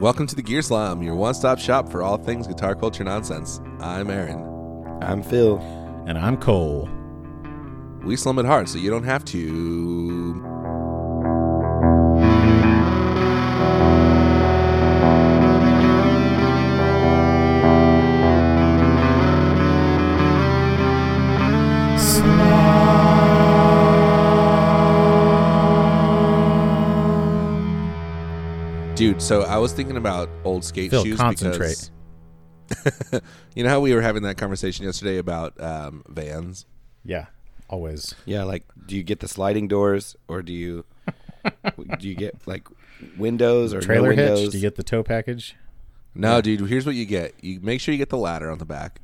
Welcome to the Gear Slum, your one stop shop for all things guitar culture nonsense. I'm Aaron. I'm Phil. And I'm Cole. We slum it hard so you don't have to. Dude, so I was thinking about old skate Phil, shoes concentrate. because you know how we were having that conversation yesterday about um, vans. Yeah, always. Yeah, like, do you get the sliding doors, or do you do you get like windows or no Trailer hitch. windows? Do you get the tow package? No, dude. Here's what you get. You make sure you get the ladder on the back.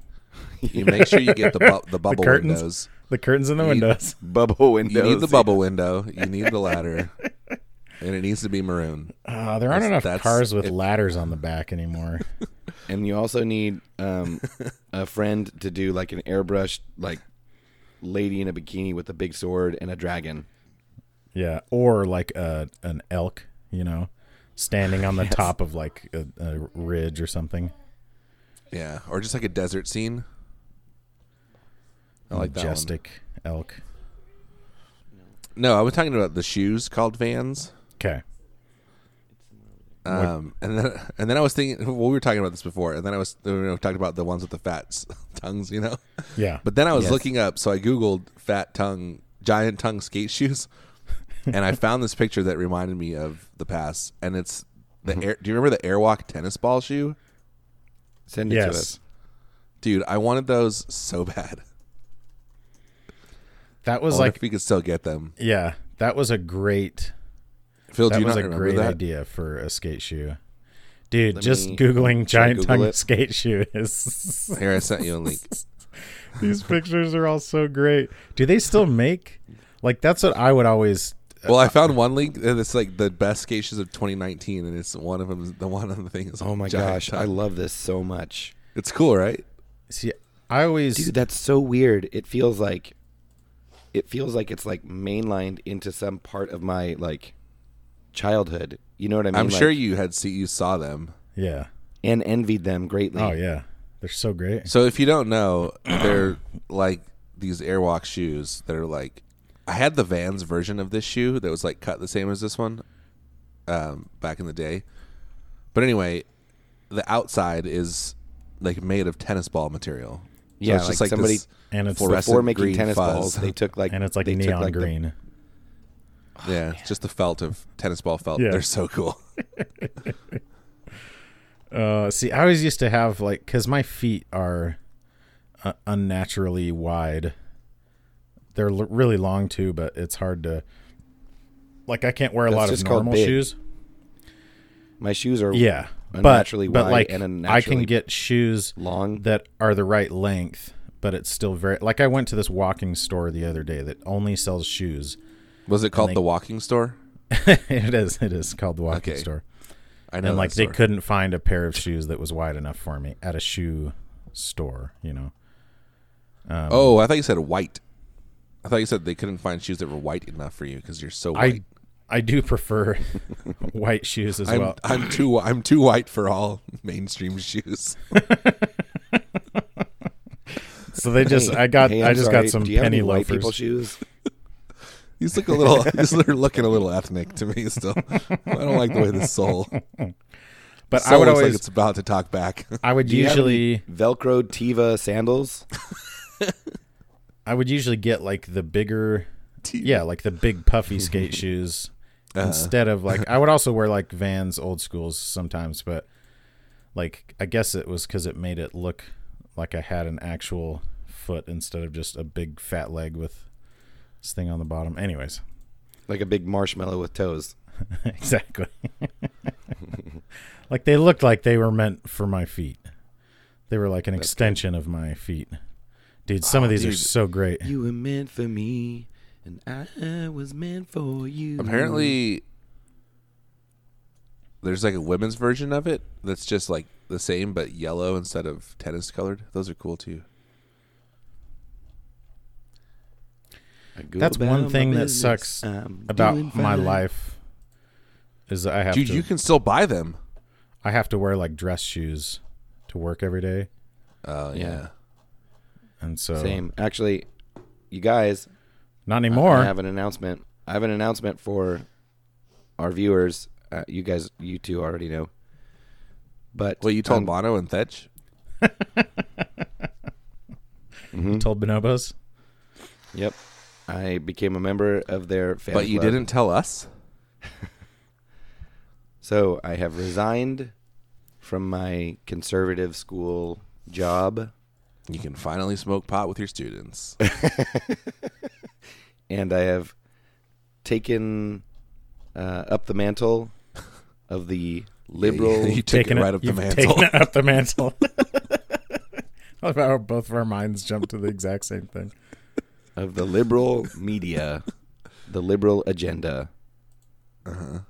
You make sure you get the bu- the bubble curtains? windows. The curtains and the windows. bubble windows? You need the bubble window. You need the ladder, and it needs to be maroon. Uh, there aren't enough that's- cars with ladders on the back anymore. and you also need um, a friend to do like an airbrush, like lady in a bikini with a big sword and a dragon. yeah, or like a, an elk, you know, standing on the top of like a, a ridge or something. Yeah, or just like a desert scene. I like that one. Majestic elk. No, I was talking about the shoes called Vans. Okay. Um, and then and then I was thinking well, we were talking about this before, and then I was we were talking about the ones with the fat s- tongues, you know. Yeah. But then I was Yes. looking up, so I googled fat tongue, giant tongue skate shoes, and I found this picture that reminded me of the past, and it's the Mm-hmm. air. Do you remember the Airwalk tennis ball shoe? Send it to us. yes. Dude, I wanted those so bad. That was I like like if we could still get them. yeah, that was a great Phil, do that you was not a remember great that? idea for a skate shoe. Dude, Let just me- googling should I giant Google tongue it? skate shoe is Here, I sent you a link. These pictures are all so great. Do they still make? Like that's what I would always. Well, I found one link and it's like the best skate shoes of 2019, and it's one of them. The one of the things. Oh my giant gosh, I tongue. love this so much, it's cool, right? See, I always. dude. That's so weird. It feels like it feels like it's like mainlined into some part of my like childhood. You know what I mean? I'm sure Like, you had see you saw them. yeah. and envied them greatly. Oh yeah, they're so great. So if you don't know, they're like these Airwalk shoes that are like. I had the Vans version of this shoe that was like cut the same as this one, um, back in the day. But anyway, the outside is like made of tennis ball material. So Yeah, it's just like like, somebody- this And it's fluorescent Before making green tennis fuzz. balls, they took like and it's like they took, neon like, the- green. Yeah, it's just the felt of tennis ball felt. Yeah. They're so cool. Uh, see, I always used to have like because my feet are uh, unnaturally wide. They're l- really long too, but it's hard to. Like I can't wear a That's lot of just called normal big. shoes. my shoes are Yeah, but Unnaturally but wide like and I can unnaturally get shoes long. that are the right length, but it's still very like I went to this walking store the other day that only sells shoes. Was it called they- the Walking Store? it is it is called the walking Okay. store. I know. And that like they store. couldn't find a pair of shoes that was wide enough for me at a shoe store, you know. Um, Oh, I thought you said white. I thought you said they couldn't find shoes that were white enough for you because you're so white. I I do prefer white shoes as I'm, well. I'm too I'm too white for all mainstream shoes. So they just Hey, I got hey, I I'm just sorry, got some do you have penny any White people loafers. shoes. These look a little these are looking a little ethnic to me still. I don't like the way the soul. But soul I would looks always like it's about to talk back. I would Do you have any usually Velcro Tiva sandals. I would usually get like the bigger, yeah, like the big puffy skate shoes instead of like I would also wear like Vans old schools sometimes, but like I guess it was because it made it look like I had an actual foot instead of just a big fat leg with this thing on the bottom. Anyways, Like a big marshmallow with toes. exactly. like they looked like they were meant for my feet. They were like an extension of my feet. Dude, some of these are dude. so great. You were meant for me, and I was meant for you. Apparently there's like a women's version of it that's just like the same but yellow instead of tennis colored. Those are cool too. I go That's about one my thing that business. sucks I'm about doing my fine. life is that I have Dude, to. you can still buy them. I have to wear like dress shoes to work every day, Oh yeah. and so Same. Actually, you guys, not anymore. I have an announcement. I have an announcement for our viewers. Uh, you guys, you two already know. But Well, you told um, Bono and Fetch. mm-hmm. Told bonobos. Yep. I became a member of their fan But you club. didn't tell us. So I have resigned from my conservative school job, You can finally smoke pot with your students. and I have taken uh, up the mantle of the liberal. you took it Taking right up the you've mantle. taken it up the mantle. I love how both of our minds jumped to the exact same thing. of the liberal media, the liberal agenda. Uh-huh.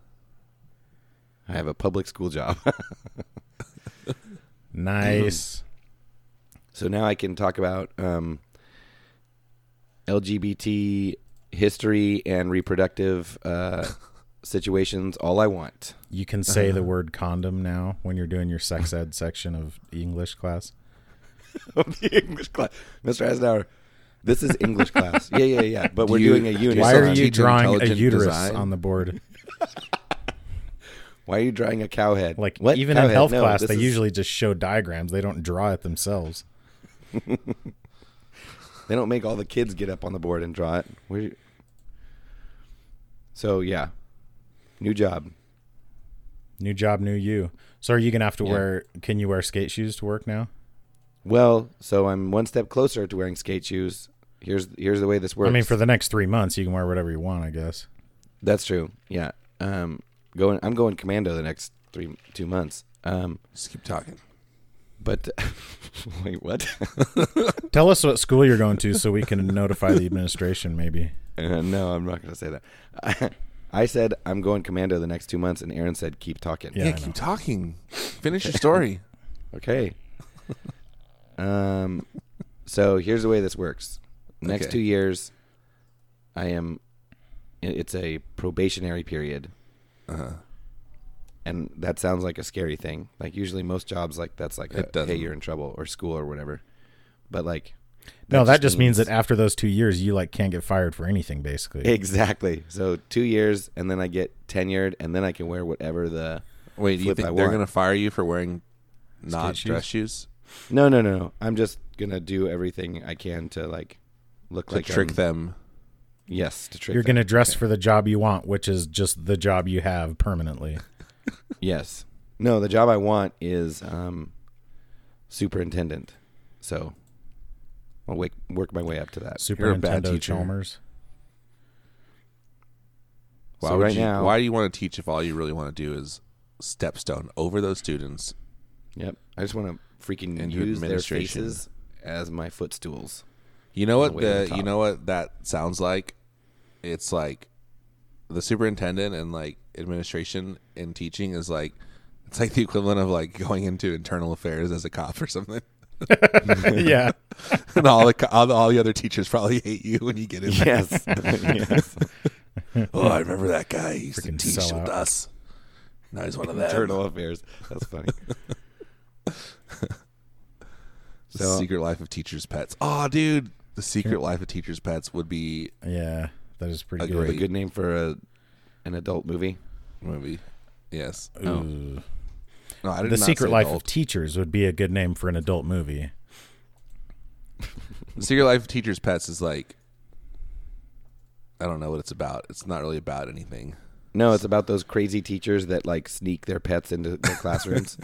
I have a public school job. Nice. Mm-hmm. so now I can talk about um, LGBT history and reproductive uh, situations all I want. You can say Uh-huh. the word condom now when you're doing your sex ed section of English class. Of the English class. Mr. Eisenhower, this is English class. Yeah, yeah, yeah. But Do we're you- doing a unit. You're Why still are you teaching drawing a intelligent uterus design? on the board? Why are you drawing a cow head? Like what? even Cow in head? health No, class, this they is- usually just show diagrams. They don't draw it themselves. They don't make all the kids get up on the board and draw it. We're... So yeah, new job. New job, new you. So are you gonna have to Yeah. wear? Can you wear skate shoes to work now? Well, so I'm one step closer to wearing skate shoes. Here's here's the way this works. I mean, for the next three months, you can wear whatever you want, I guess. that's true. Yeah. Um, going. I'm going commando the next three two months. Um, Just keep talking. but wait, what? Tell us what school you're going to, so we can notify the administration. Maybe. Uh, no, I'm not going to say that. I, said I'm going commando the next two months, and Aaron said keep talking. Yeah, Yeah, I know. keep talking. Finish your story. Okay. um, so here's the way this works. Next Okay. two years, I am. it- It's a probationary period, Uh-huh. and that sounds like a scary thing. Like usually most jobs, like that's like, It a, hey, doesn't. you're in trouble or school or whatever. But like, No, that just means that after those two years, you like can't get fired for anything, basically. exactly. So two years, and then I get tenured, and then I can wear whatever the. Wait, do you Flip think I they're want. going to fire you for wearing not Skate dress shoes? No, no, no, no. I'm just gonna do everything I can to like look To like um, trick I'm- them. Yes, to trick. You're them. gonna dress for the job you want, which is just the job you have permanently. Yes. No, the job I want is um, superintendent. So I'll wake, work my way up to that. Super a bad Nintendo teacher. Chalmers. Why so would right you, now, why do you want to teach if all you really want to do is stepstone over those students? yep. I just want to freaking Into use their administration. faces as my footstools. You know what the way to the, the you top. know what that sounds like? It's like the superintendent and like administration and teaching is like it's like the equivalent of like going into internal affairs as a cop or something. yeah. and all the co- all the, all the other teachers probably hate you when you get in there. Yes. yes. Oh, I remember that guy. He used Freaking to teach with sellout. us. Now he's one of them. Internal affairs. That's funny. The So- Secret Life of Teachers' Pets. Oh, dude, The Secret Life of Teachers' Pets would be Yeah. That is pretty A good. A great- good name for a, an adult movie. a movie. Yes. Ooh. No, I did The not Secret say Life of adult. Teachers would be a good name for an adult movie. The Secret Life of Teachers' Pets is like I don't know what it's about. It's not really about anything. No, it's about those crazy teachers that like sneak their pets into their classrooms.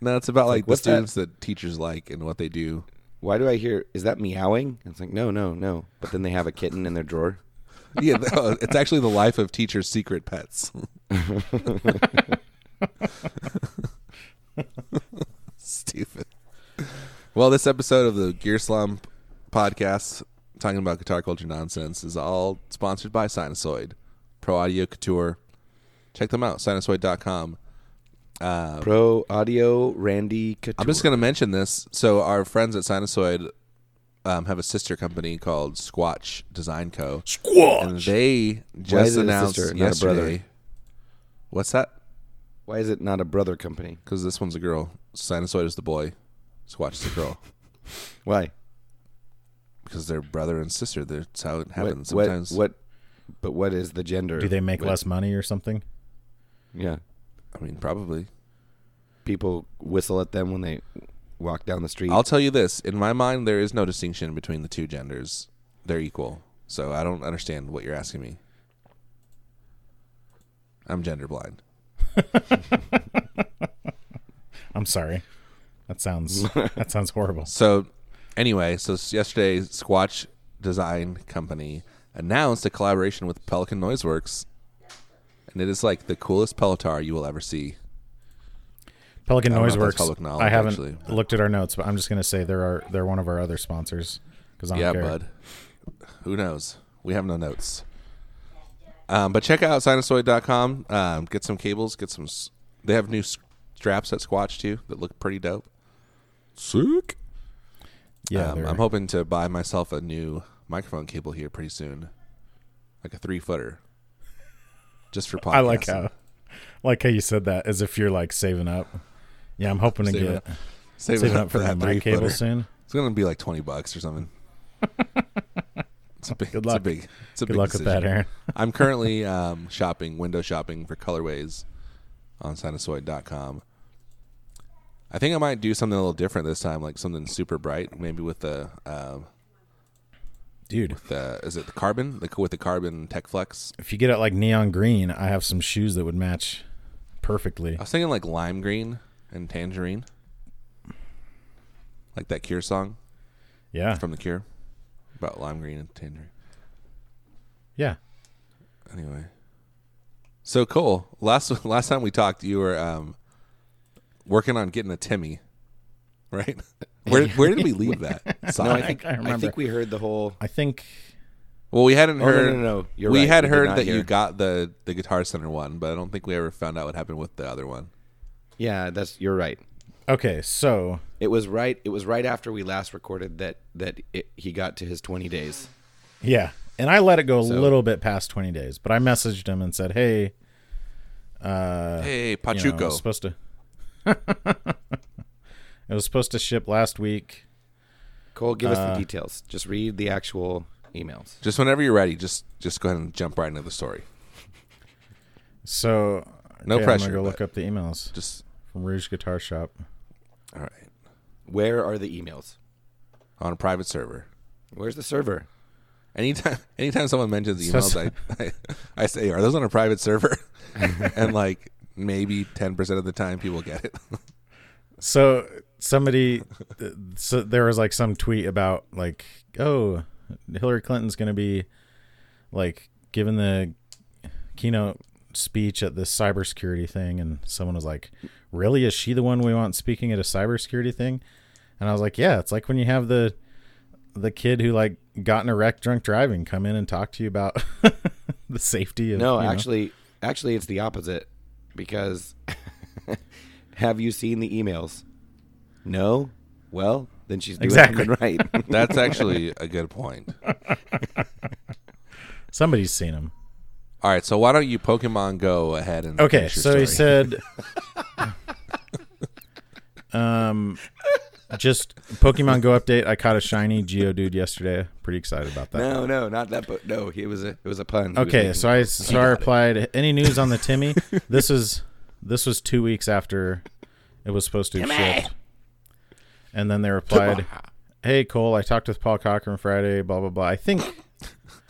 No, it's about like, the what's that? students that? teachers like and what they do. why do I hear is that meowing? And It's like no, no, no. But then they have a kitten in their drawer. Yeah, no, it's actually the life of teachers' secret pets. Stupid. Well, this episode of the Gear Slump podcast, talking about guitar culture nonsense, is all sponsored by Sinusoid, Pro Audio Couture. Check them out, sinusoid.com. Oh. Pro Audio Randy Couture. I'm just going to mention this. So, our friends at Sinusoid um, have a sister company called Squatch Design Co. Squaw. and they Why is just it a announced sister, not a brother? yesterday. What's that? Why is it not a brother company? because this one's a girl. Sinusoid is the boy. Squatch is the girl. Why? because they're brother and sister. That's how it What- happens what, sometimes. What, But what is the gender? Do they make What- less money or something? Yeah. I mean, probably. People whistle at them when they walk down the street. I'll tell you this: in my mind, there is no distinction between the two genders. They're equal. So I don't understand what you're asking me. I'm gender blind. I'm sorry. That sounds that sounds horrible. So anyway, so s- yesterday, Squatch Design Company announced a collaboration with Pelican Noiseworks, and it is like the coolest Pelotar you will ever see. Pelican I don't know Noise if that's Works. public knowledge, I haven't actually. looked at our notes, but I'm just gonna say they're our, they're one of our other sponsors. 'cause I don't yeah, care. bud. Who knows? We have no notes. Um, but check out sinusoid.com. Um, get some cables. Get some. s- They have new s- straps at Squatch too that look pretty dope. Sick. Yeah, um, they're- I'm hoping to buy myself a new microphone cable here pretty soon, like a three footer, just for podcasting. I like how like how you said that as if you're like saving up. Yeah, I'm hoping to Saving get up- saving, saving up for that three mic cable footer. soon. It's gonna be like twenty bucks or something. It's a big. Good It's a luck. big. It's a Good big luck with that, decision. Aaron. I'm currently um, shopping, window shopping for colorways on sinusoid.com. I think I might do something a little different this time, like something super bright, maybe with the um, Dude, the is it the carbon, the with the carbon Tech Flex. if you get it like neon green, I have some shoes that would match perfectly. I was thinking like lime green and tangerine, like that Cure song Yeah. from the Cure about lime green and tangerine. Yeah. Anyway, so Cole, last last time we talked, you were um, working on getting a Timmy, right? Where where did we leave that? no, I Sonic? think I I, remember. think we heard the whole. I think well, we hadn't Oh, no, heard. no, no, no. You're we right. had We did heard not that you hear. got the the Guitar Center one, but I don't think we ever found out what happened with the other one. Yeah, that's you're right. okay, so It was right. It was right after we last recorded that that it, he got to his 20 days. Yeah. And I let it go a So- little bit past 20 days, but I messaged him and said, "Hey, Uh, hey, you know, it Pachuco. was supposed to It was supposed to ship last week. Cole, give us Uh. the details. Just read the actual emails. just whenever you're ready, just just go ahead and jump right into the story. So No okay, pressure, I'm gonna go look but- up the emails Just from Rouge Guitar Shop. all right Where are the emails? on a private server. Where's the server? Anytime, anytime someone mentions So- emails, I, I, I say, "Are those on a private server?" Mhm. and like maybe ten percent of the time, people get it. So somebody, th- so there was like some tweet about like, oh, Hillary Clinton's gonna be like giving the keynote speech at this cybersecurity thing, and someone was like, really, is she the one we want speaking at a cybersecurity thing? And I was like, yeah, it's like when you have the the kid who like got in a wreck drunk driving come in and talk to you about the safety of No, you know. actually, actually, it's the opposite. Because have you seen the emails? No. Well, then she's doing Exactly. something right. That's actually a good point. somebody's seen him. All right, so why don't you Pokemon Go ahead and Okay, finish your so story. he said, um, just Pokemon Go update. I caught a shiny Geodude yesterday. Pretty excited about that. no, no, not that. But no, it was a it was a pun. He was Okay, making- so I so I replied. Any news on the Timmy? this is this was two weeks after it was supposed to have shipped, and then they replied, "Hey Cole, I talked with Paul Cochran Friday. Blah blah blah. I think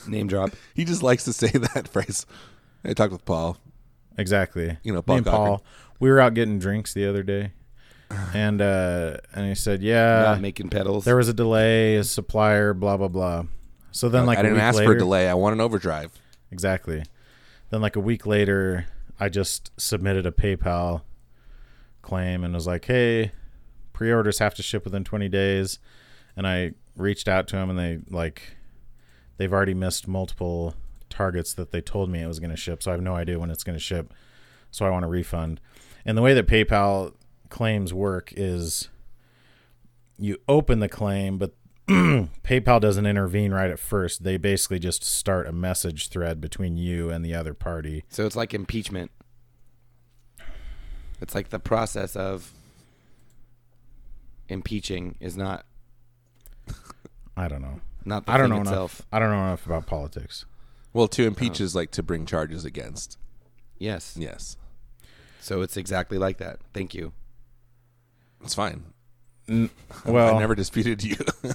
name drop. he just likes to say that phrase. I talked with Paul. Exactly. You know, Me Paul and Cochran. We were out getting drinks the other day, and uh, and he said, "Yeah, not making pedals. there was a delay, a supplier, blah blah blah. So then, like Oh, I a didn't week ask later, for a delay. I want an overdrive. Exactly. Then, like a week later, I just submitted a PayPal claim and was like, "Hey, pre-orders have to ship within 20 days." And I reached out to them, and they like they've already missed multiple targets that they told me it was going to ship, so I have no idea when it's going to ship. So I want a refund. And the way that PayPal claims work is you open the claim, but PayPal doesn't intervene right at first. They basically just start a message thread between you and the other party. so it's like impeachment. It's like the process of impeaching is not I don't know. not the I don't thing know itself. enough. I don't know enough about politics. Well, to impeach Oh. is like to bring charges against. Yes. Yes, So it's exactly like that. Thank you. it's fine. Well, I never disputed you.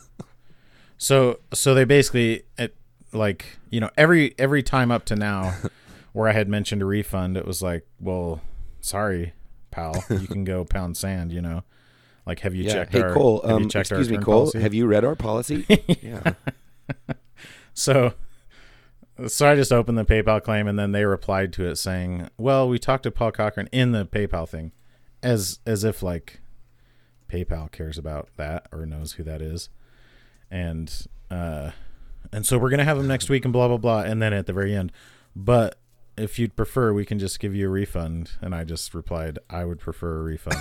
So so they basically it, like you know every every time up to now where I had mentioned a refund, it was like, well, sorry, pal, you can go pound sand. You know, like have you checked Hey our Cole. have you Um, checked our excuse me, return Cole. policy? Have you read our policy? yeah. So so I just opened the PayPal claim and then they replied to it saying, "Well, we talked to Paul Cochran in the PayPal thing, as as if like PayPal cares about that or knows who that is." And uh and so we're going to have him next week and blah blah blah and then at the very end, but if you'd prefer, we can just give you a refund. And I just replied, I would prefer a refund.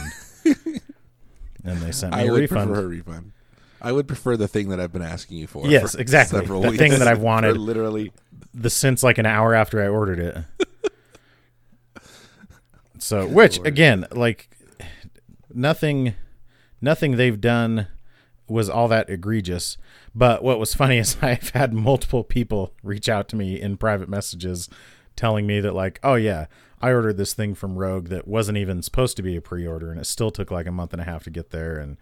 and they sent me I a would refund. prefer a refund. I would prefer the thing that I've been asking you for. Yes, for exactly. several The weeks. thing that I've wanted. Literally. the since like an hour after I ordered it. so, which again, like nothing, nothing they've done was all that egregious. But what was funny is I've had multiple people reach out to me in private messages telling me that like, oh yeah, I ordered this thing from Rogue that wasn't even supposed to be a pre-order and it still took like a month and a half to get there and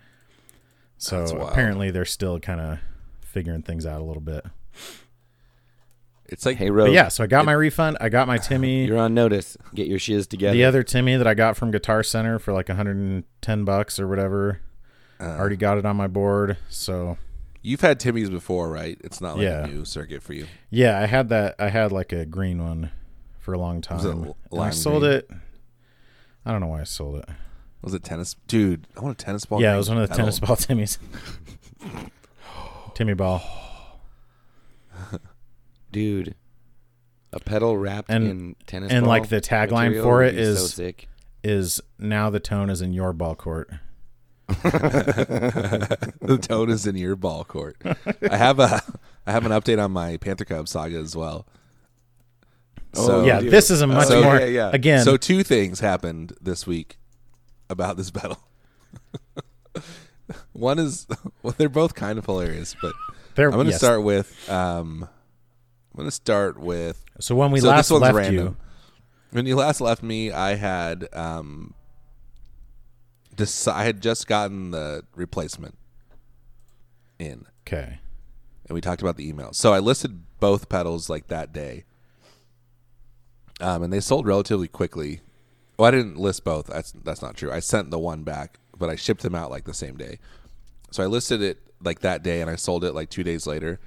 so That's wild. apparently they're still kind of figuring things out a little bit. It's like Hey, Rose. But yeah, so I got my refund. I got my Timmy, You're on notice. Get your shiz together. the other Timmy that I got from Guitar Center for like 110 bucks or whatever. Uh. Already got it on my board. So you've had Timmy's before, right? It's not like Yeah. a new circuit for you. yeah, I had that. I had like a green one for a long time. it And l- I lime sold green? it. I don't know why I sold it. Was it tennis, dude? I want a tennis ball. yeah, it green was one of the pedal. tennis ball Timmys. Timmy ball. dude. A pedal wrapped And- in tennis and, ball like, the tagline material for would it be so is- sick. Is now the tone is in your ball court. the tone is in your ball court. I have a I have an update on my Panther Cub saga as well. So, yeah, dude. this is a much Oh, so- more. yeah, yeah. Again, so two things happened this week about this battle. One is well, they're both kind of hilarious, but they're, I'm going to yes. start with um, I'm going to start with So when we so last this one's left random. you, When you last left me, I had um, deci- I had just gotten the replacement in. okay, and we talked about the email. So I listed both pedals like that day, um, and they sold relatively quickly. Well, I didn't list both. That's that's not true. I sent the one back, but I shipped them out like the same day. So I listed it like that day, and I sold it like two days later.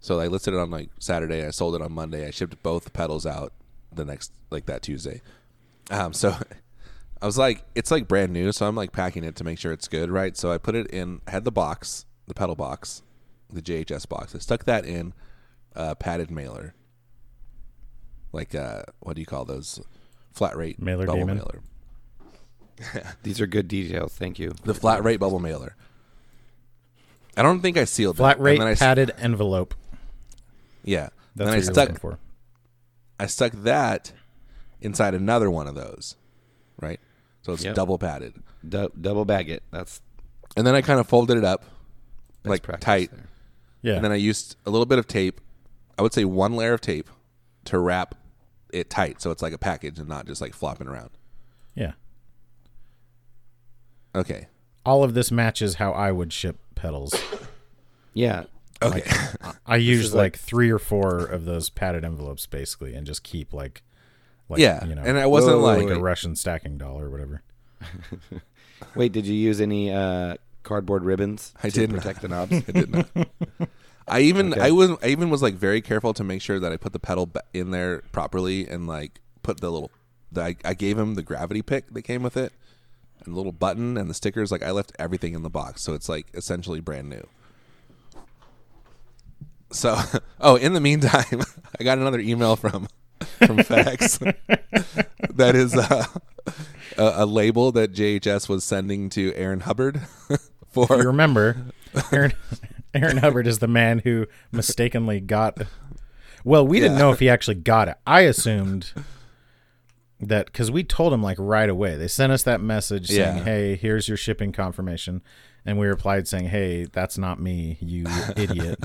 So I listed it on like Saturday. I sold it on Monday. I shipped both pedals out the next like that Tuesday. Um, so I was like, it's like brand new, so I'm like packing it to make sure it's good, right? So I put it in, I had the box, the pedal box, the JHS box. I stuck that in a padded mailer, like uh, what do you call those? Flat rate Mailer bubble Damon? mailer. These are good details. Thank you. The flat rate bubble mailer. I don't think I sealed flat it. rate And then I s- padded envelope. Yeah. That's then what I you're stuck looking for. I stuck that inside another one of those, right? So it's Yep. double padded. Du- double bag it. That's And then I kind of folded it up, best like practice tight. there. Yeah. And then I used a little bit of tape. I would say one layer of tape to wrap it tight, so it's like a package and not just like flopping around. yeah. Okay. All of this matches how I would ship pedals. Yeah. Okay. I use like, three or four of those padded envelopes basically and just keep like like yeah. you know and I wasn't Whoa, like like a Russian stacking doll or whatever. Wait, did you use any uh, cardboard ribbons I to did not. protect the knobs? I did not. I even I was I even was like very careful to make sure that I put the pedal ba- in there properly and like put the little the, I, I gave him the gravity pick that came with it and the little button and the stickers like I left everything in the box so it's like essentially brand new. So oh in the meantime I got another email from from FedEx that is uh, a, a label that JHS was sending to Aaron Hubbard for You remember Aaron Aaron Hubbard is the man who mistakenly got Well, we didn't know if he actually got it. I assumed that because we told them like right away. They sent us that message Yeah. saying, "Hey, here's your shipping confirmation," and we replied saying, "Hey, that's not me, you idiot."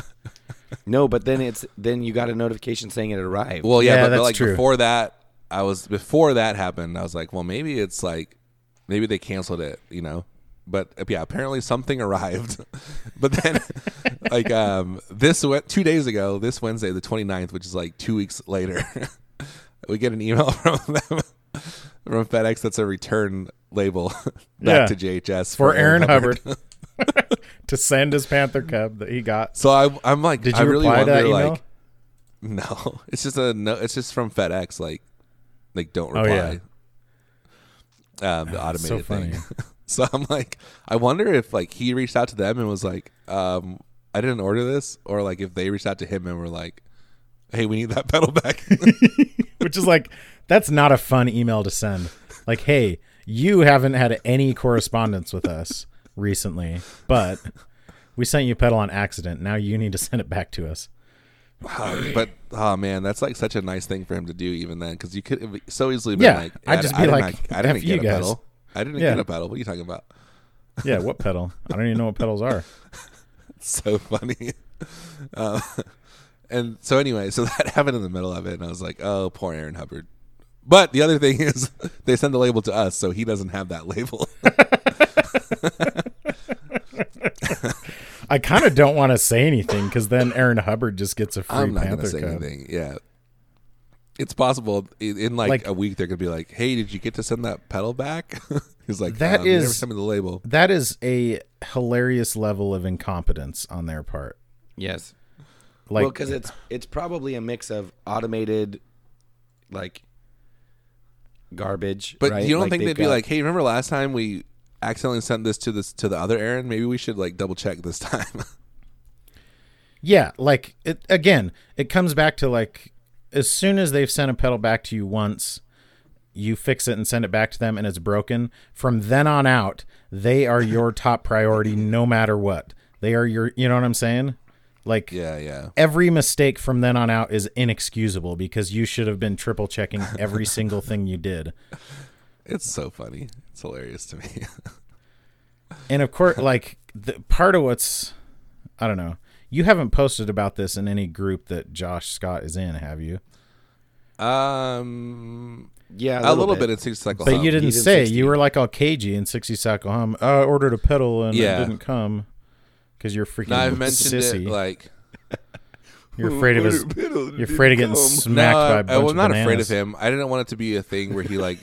No, but then it's then you got a notification saying it arrived. Well, yeah, Yeah, but, but that's like true. before that, I was before that happened. I was like, well, maybe it's like maybe they canceled it, you know. But uh, yeah, apparently something arrived. but then, like um, this went two days ago, this Wednesday, the 29th, which is like two weeks later, we get an email from them from FedEx that's a return label Yeah. back to JHS For Aaron Hubbard to send his Panther Cub that he got. So I, I'm like, Did you I really reply wonder, to that email? like, no, it's just a no. It's just from FedEx. Like, like don't Oh, reply. Um, the automated so funny. thing. so I'm like, I wonder if like he reached out to them and was like, um, I didn't order this, or like if they reached out to him and were like, Hey, we need that pedal back. which is like that's not a fun email to send. Like, hey, you haven't had any correspondence with us recently, but we sent you a pedal on accident. Now you need to send it back to us. but oh man, that's like such a nice thing for him to do. Even then, because you could have so easily been Yeah, like, I'd just be did like, not- I didn't F you get a guys. pedal. I didn't Yeah. get a pedal. What are you talking about? Yeah, what pedal? I don't even know what pedals are. so funny. Uh, and so anyway, so that happened in the middle of it, and I was like, "Oh, poor Aaron Hubbard." But the other thing is, they send the label to us, so he doesn't have that label. I kind of don't want to say anything because then Aaron Hubbard just gets a free I'm not going to Panther say Cub. anything. Yeah, it's possible in, in like, Like- a week they're going to be like, "Hey, did you get to send that pedal back?" He's like, That um, you never is- sent me the label." That is a hilarious level of incompetence on their part. Yes. Like, well, because it's it's probably a mix of automated, like garbage. But right? you don't think they've they'd be got- like, "Hey, remember last time we accidentally sent this to this to the other Aaron? Maybe we should like double check this time." Yeah, like it again, it comes back to like as soon as they've sent a pedal back to you once, you fix it and send it back to them and it's broken. From then on out, they are your top priority no matter what. They are your you know what I'm saying? Like yeah, yeah. every mistake from then on out is inexcusable because you should have been triple checking every single thing you did. It's so funny. It's hilarious to me. And of course, like the part of what's, I don't know. You haven't posted about this in any group that Josh Scott is in, have you? um, yeah, a little, bit. in Six Cycle. But Hub. you didn't he's in say 60. you were like all cagey in sixty cycle hum. I ordered a pedal and Yeah. it didn't come because you're freaking No, I've mentioned sissy. it like you're afraid of his. You're afraid of getting smacked no, by. I- A bunch I'm not of afraid of bananas. him. I didn't want it to be a thing where he like.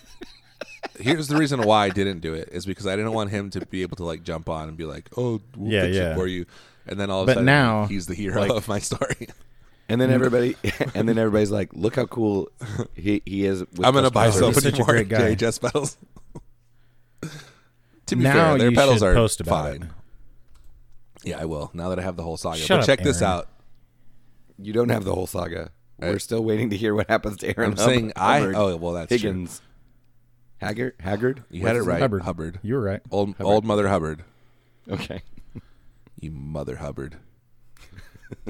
Here's the reason why I didn't do it is because I didn't want him to be able to like jump on and be like, "Oh, we'll Yeah, fix it yeah. for you," and then all of a But sudden now, he's the hero like- of my story. And then everybody, and then everybody's like, "Look how cool he, he is." With I'm gonna buy customer so he's service." such many a more great guy. JHS pedals. to be Now fair, their you pedals should are post about fine. it. Yeah, I will. Now that I have the whole saga, Shut but up, check this Aaron. out. You don't have the whole saga. I- We're still waiting to hear what happens to Aaron. I'm saying I. Hubbard, Oh, well, that's true. Higgins, Haggard, Haggard. You What's had it his right, Hubbard. Hubbard. You were right. Old old mother Hubbard. name? Okay. You mother Hubbard.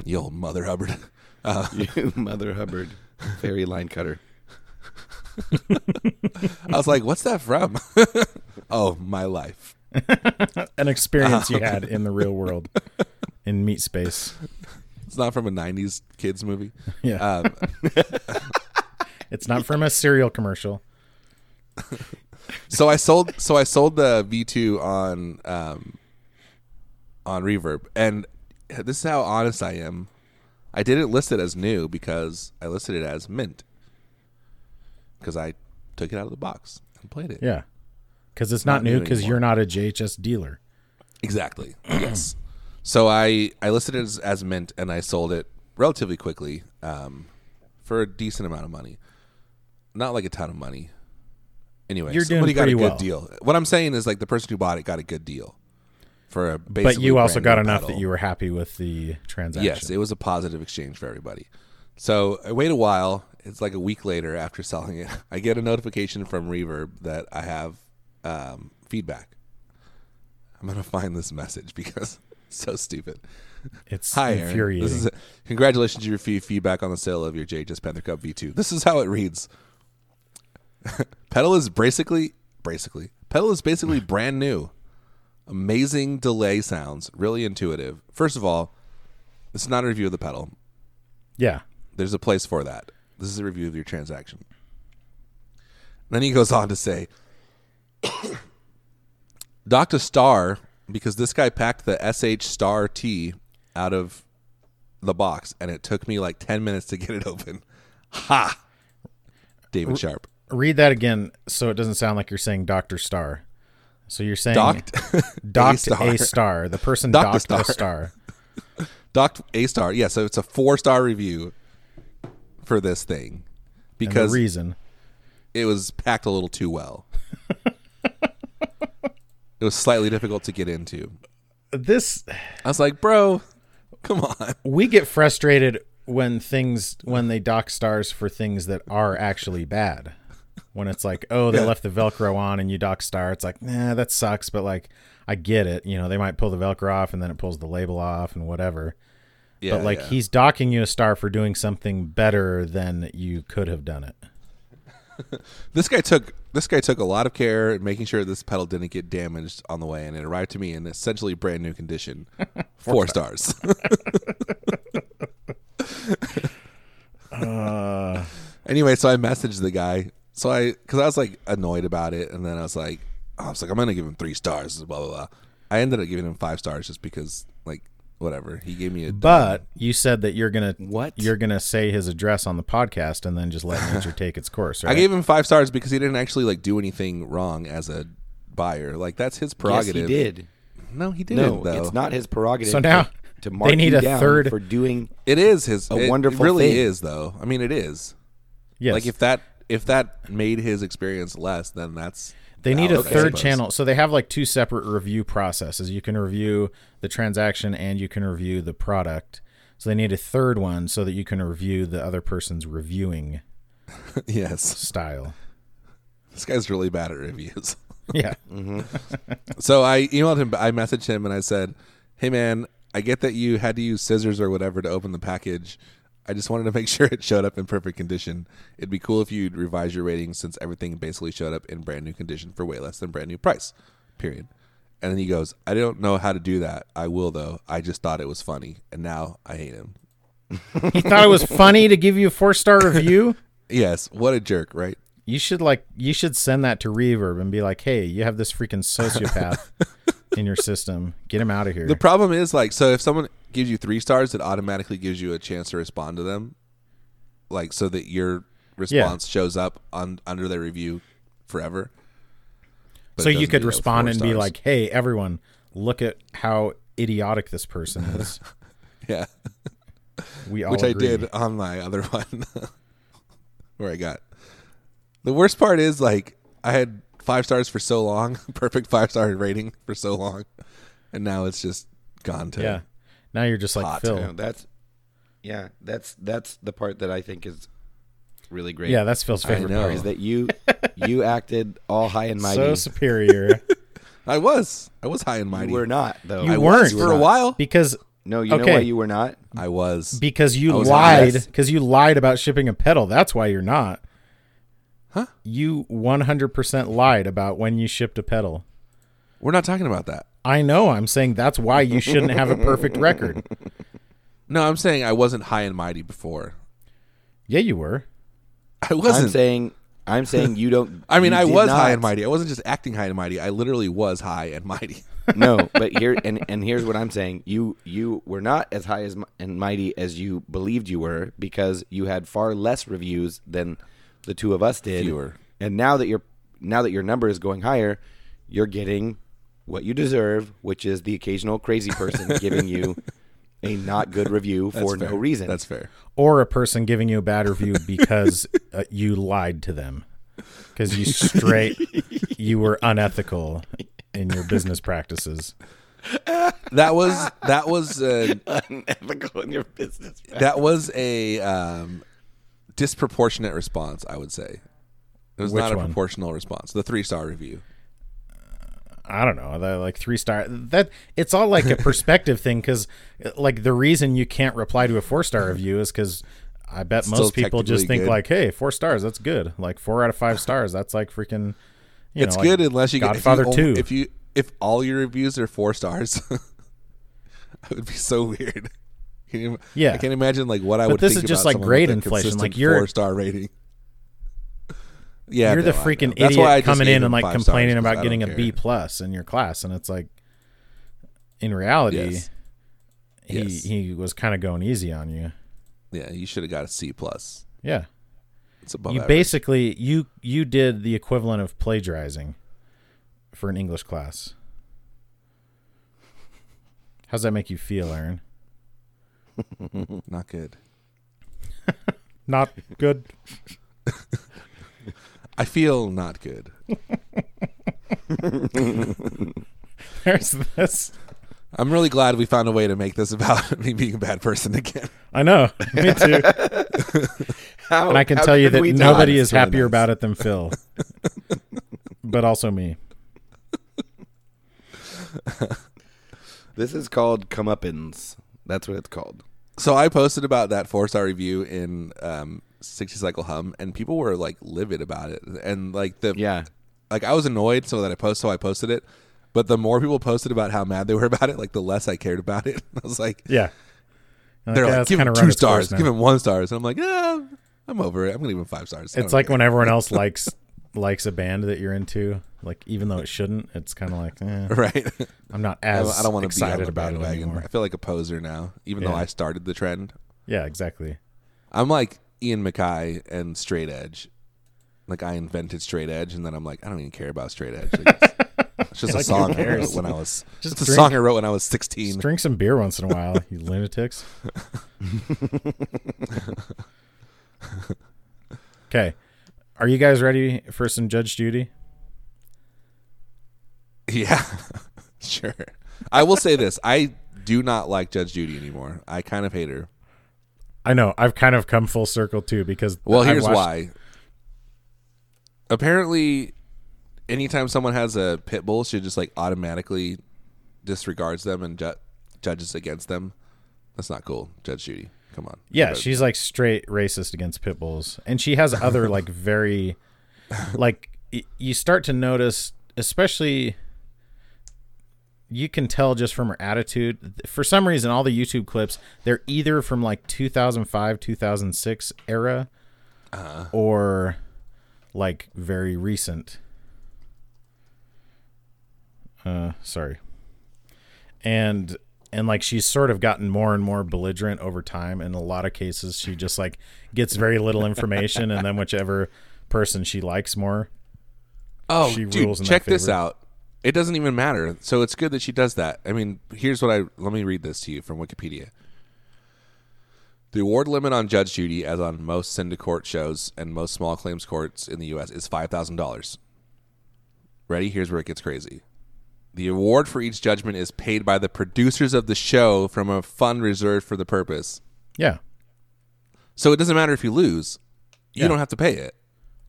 you old mother Hubbard. Uh, You mother Hubbard, fairy line cutter. I was like, what's that from? oh, my life. An experience you had in the real world, in meat space. It's not from a '90s kids movie. Yeah, Um, it's not from a cereal commercial. so I sold. So I sold the V2 on um, on Reverb, and this is how honest I am. I didn't list it as new because I listed it as mint because I took it out of the box and played it. Yeah, because it's not, new new. new Because you're not a JHS dealer. Exactly. yes. So I I listed it as, as mint and I sold it relatively quickly um, for a decent amount of money. Not like a ton of money. Anyway, You're doing somebody got a pretty good well. deal. What I'm saying is like the person who bought it got a good deal for a basically But you also got brand new enough pedal. that you were happy with the transaction. Yes, it was a positive exchange for everybody. So I wait a while. It's like a week later after selling it, I get a notification from Reverb that I have um, feedback. I'm gonna find this message because it's so stupid. it's Hi, Aaron. infuriating. This is congratulations to your fee- feedback on the sale of your J Just Panther Cup V2. This is how it reads. pedal is basically basically pedal is basically brand new. Amazing delay sounds, really intuitive. First of all, this is not a review of the pedal. Yeah. There's a place for that. This is a review of your transaction. Then he goes on to say, Dr. Star, because this guy packed the SH Star T out of the box and it took me like 10 minutes to get it open. Ha! David Sharp. Read that again so it doesn't sound like you're saying Dr. Star. So you're saying Docked, docked A star. a, star. The person Docked docked, a a star. Doc A Star. Yeah, so it's a four star review for this thing And the because reason. it was packed a little too well. it was slightly difficult to get into. This I was like, bro, come on. we get frustrated when things when they dock stars for things that are actually bad. When it's like, oh, they left the Velcro on and you dock star, it's like, nah, that sucks. But like, I get it. You know, they might pull the Velcro off and then it pulls the label off and whatever. Yeah, but like, yeah. he's docking you a star for doing something better than you could have done it. this guy took this guy took a lot of care in making sure this pedal didn't get damaged on the way, and it arrived to me in essentially brand new condition. Four stars. Uh. anyway, so I messaged the guy. So I, because I was like annoyed about it, and then I was like, I was like, I'm gonna give him three stars. Blah blah blah. I ended up giving him five stars just because, like, whatever. He gave me a. But you said that you're gonna What? you're gonna say his address on the podcast and then just let nature take its course. Right? I gave him five stars because he didn't actually like do anything wrong as a buyer. Like that's his Yes, prerogative. he did. No, he didn't. No, though. it's not his prerogative. So now to, to mark they need you a down third- for doing. It is his. A it wonderful really thing. is though. I mean, it is. yes. Like if that if that made his experience less, then that's They need a valid, I third suppose. channel. So they have like two separate review processes. You can review the transaction and you can review the product. So they need a third one so that you can review the other person's reviewing yes, style. this guy's really bad at reviews. Yeah. Mm-hmm. so I emailed him. I messaged him and I said, "Hey man, I get that you had to use scissors or whatever to open the package. I just wanted to make sure it showed up in perfect condition. It'd be cool if you'd revise your rating since everything basically showed up in brand new condition for way less than brand new price." Period. And then he goes, "I don't know how to do that. I will though. I just thought it was funny, and now I hate him." He thought it was funny to give you a four star review. Yes, what a jerk, right? You should like you should send that to Reverb and be like, hey, you have this freaking sociopath in your system. Get him out of here. The problem is like so if someone gives you three stars, it automatically gives you a chance to respond to them, like so that your response shows up on under their review forever. But so it doesn't do you could that with respond four and be stars. like, hey, everyone, look at how idiotic this person is. yeah, We all which I agree. did on my other one, where I got. The worst part is like I had five stars for so long, perfect five star rating for so long, and now it's just gone to Yeah. Now you're just like Hot. Phil. No, that's yeah. That's that's the part that I think is really great. Yeah, that's Phil's favorite know. part. is that you you acted all high and mighty. So superior. I was I was high and mighty. you were not though. you I was weren't for a while. because no, you know Okay. why you were not? I was. because you was lied honest. because you lied about shipping a pedal. That's why you're not. Huh? You 100% lied about when you shipped a pedal. We're not talking about that. I know. I'm saying that's why you shouldn't have a perfect record. No, I'm saying I wasn't high and mighty before. Yeah, you were. I I'm wasn't. saying I'm saying you don't I mean, you I did was not. high and mighty. I wasn't just acting high and mighty. I literally was high and mighty. no, but here and and here's what I'm saying. You you were not as high as mi- and mighty as you believed you were because you had far less reviews than the two of us did. Fewer. And now that your now that your number is going higher, you're getting what you deserve, which is the occasional crazy person giving you a not good review for no fair. reason. That's fair. Or a person giving you a bad review because uh, you lied to them. Because you straight, you were unethical in your business practices. That was that was a, unethical in your business. that was a um, disproportionate response. I would say it was Which not a one? proportional response. The three star review. I don't know, the, like three star. That it's all uh, like a perspective thing because, like, the reason you can't reply to a four star review is because I bet Still most people just technically think good. like, "Hey, four stars, that's good." Like four out of five stars, that's like freaking. You it's know, good like unless you get Godfather if you only- Two. If you if all your reviews are four stars, that would be so weird. Can you, Yeah. I can't imagine like what I But would. this think is just, about like, someone with grade a inflation, consistent like, you're- four star rating. Yeah, You're the no, I know. freaking That's why I just idiot coming gave in him and like five complaining stars, 'cause I about getting a don't B care. plus in your class, and it's like, in reality, Yes. he Yes. he was kind of going easy on you. Yeah, you should have got a C plus. Yeah, It's above. you average. basically you you did the equivalent of plagiarizing for an English class. How's that make you feel, Aaron? not good. Not good. I feel not good. There's this. I'm really glad we found a way to make this about me being a bad person again. I know. Me too. How, And I can how tell you could that we not? nobody It's is really happier nice. about it than Phil, but also me. This is called comeuppance. That's what it's called. So I posted about that four star review in um, 60 Cycle Hum, and people were like livid about it. And like the Yeah. like I was annoyed, so that I post, so I posted it. But the more people posted about how mad they were about it, like the less I cared about it. I was like, Yeah. they're "Yeah, like, it's give kinda him run two its course stars, now." give him one stars, and I'm like, yeah, I'm over it. I'm gonna give him five stars. I It's don't like care. when everyone else likes likes a band that you're into, like even though it shouldn't, it's kind of like eh, right. I'm not I as don't, I don't want to be on excited the about it bandwagon. anymore. I feel like a poser now, even though Yeah. I started the trend. Yeah, exactly. I'm like Ian Mackay and straight edge. Like I invented straight edge, and then I'm like, I don't even care about straight edge. Like, it's, it's just a Like, who song I wrote cares? when I was. Just it's a drink. song I wrote when I was 16. Just drink some beer once in a while, you lunatics. okay, are you guys ready for some Judge Judy? Yeah, sure. I will say this: I do not like Judge Judy anymore. I kind of hate her. I know I've kind of come full circle too because Well, I here's watched- why. Apparently, anytime someone has a pit bull, she just like automatically disregards them and ju- judges against them. That's not cool, Judge Judy. Come on. Yeah, But- she's like straight racist against pit bulls, and she has other like very, like y- you start to notice, especially. You can tell just from her attitude. For some reason, all the YouTube clips they're either from like 2005, 2006 era, or like very recent. Uh, sorry. And and like she's sort of gotten more and more belligerent over time. In a lot of cases, she just like gets very little information, and then whichever person she likes more. Oh, she dude, rules in that check this favor. out. It doesn't even matter. So it's good that she does that. I mean, here's what I let me read this to you from Wikipedia. The award limit on Judge Judy, as on most syndicate court shows and most small claims courts in the U.S., is five thousand dollars. Ready? Here's where it gets crazy. The award for each judgment is paid by the producers of the show from a fund reserved for the purpose. Yeah, So it doesn't matter if you lose; you Yeah. don't have to pay it.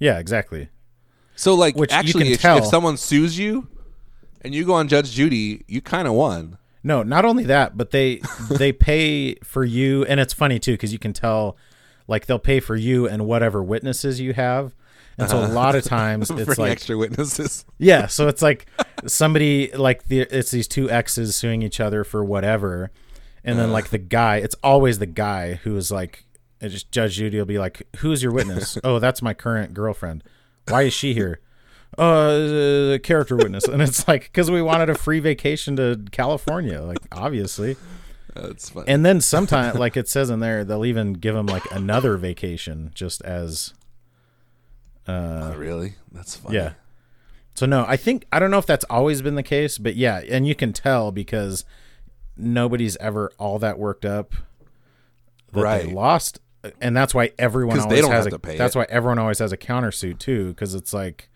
yeah, exactly. So like Which you actually can if, tell- if someone sues you and you go on Judge Judy, you kind of won. No, not only that, but they they pay for you, and it's funny too because you can tell, like they'll pay for you and whatever witnesses you have, and so a lot of times it's Bring like extra witnesses. Yeah, so it's like somebody like the it's these two exes suing each other for whatever, and then like the guy, it's always the guy who is like, it's just Judge Judy will be like, "Who's your witness? oh, that's my current girlfriend. Why is she here? Uh, uh, character witness." And it's like because we wanted a free vacation to California, like obviously. Oh, That's funny. And then sometimes, like it says in there, they'll even give him like another vacation just as Oh, really? That's funny. Yeah. So no, I think I don't know if that's always been the case, but yeah, and you can tell because nobody's ever all that worked up that Right. they lost, and that's why everyone 'Cause they always don't has have a, to pay that's it. why everyone always has a countersuit too, because it's like,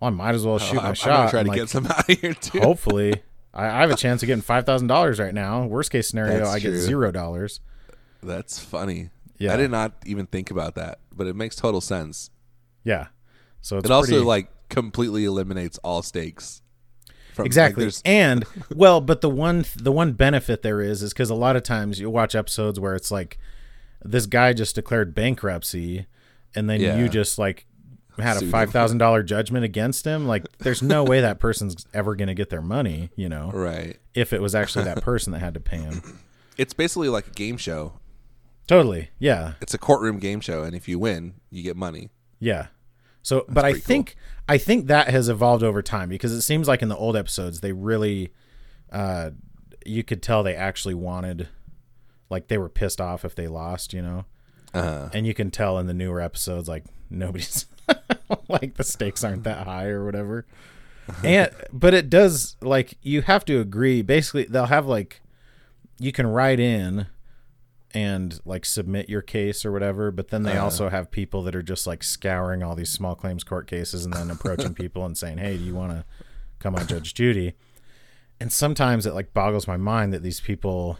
well, I might as well shoot I'm, my I'm gonna shot. try and, to like, get some out of here too. hopefully, I, I have a chance of getting five thousand dollars right now. Worst case scenario, That's I get true. zero dollars. That's funny. Yeah. I did not even think about that, but it makes total sense. Yeah. So it's It also pretty- like completely eliminates all stakes. From, like, exactly there's- and well but the one the one benefit there is is because a lot of times you watch episodes where it's like this guy just declared bankruptcy, and then Yeah. you just like had Sued a him. five thousand dollar judgment against him. Like, there's no way that person's ever gonna get their money. You know, Right. if it was actually that person that had to pay him. It's basically like a game show. Totally. Yeah. It's a courtroom game show, and if you win, you get money. Yeah. So, but I pretty cool. think I think that has evolved over time because it seems like in the old episodes they really, uh, you could tell they actually wanted, like they were pissed off if they lost, you know, Uh, and you can tell in the newer episodes like nobody's like the stakes aren't that high or whatever. And but it does like you have to agree. Basically, they'll have like you can write in and like submit your case or whatever but then they also have people that are just like scouring all these small claims court cases and then approaching people and saying hey do you want to come on judge judy and sometimes it like boggles my mind that these people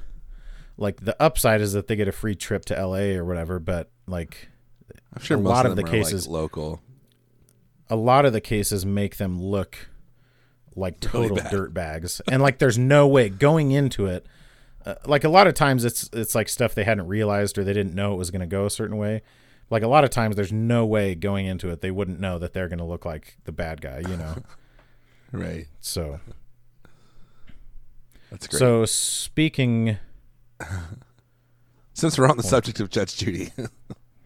like the upside is that they get a free trip to la or whatever but like I'm sure A most lot of, of them the are, like, cases- local. a lot of the cases make them look like total bad. dirt bags and like there's no way going into it uh, like a lot of times it's it's like stuff they hadn't realized or they didn't know it was going to go a certain way like a lot of times there's no way going into it they wouldn't know that they're going to look like the bad guy you know Right. so That's great. so speaking Since we're on the subject of Judge Judy,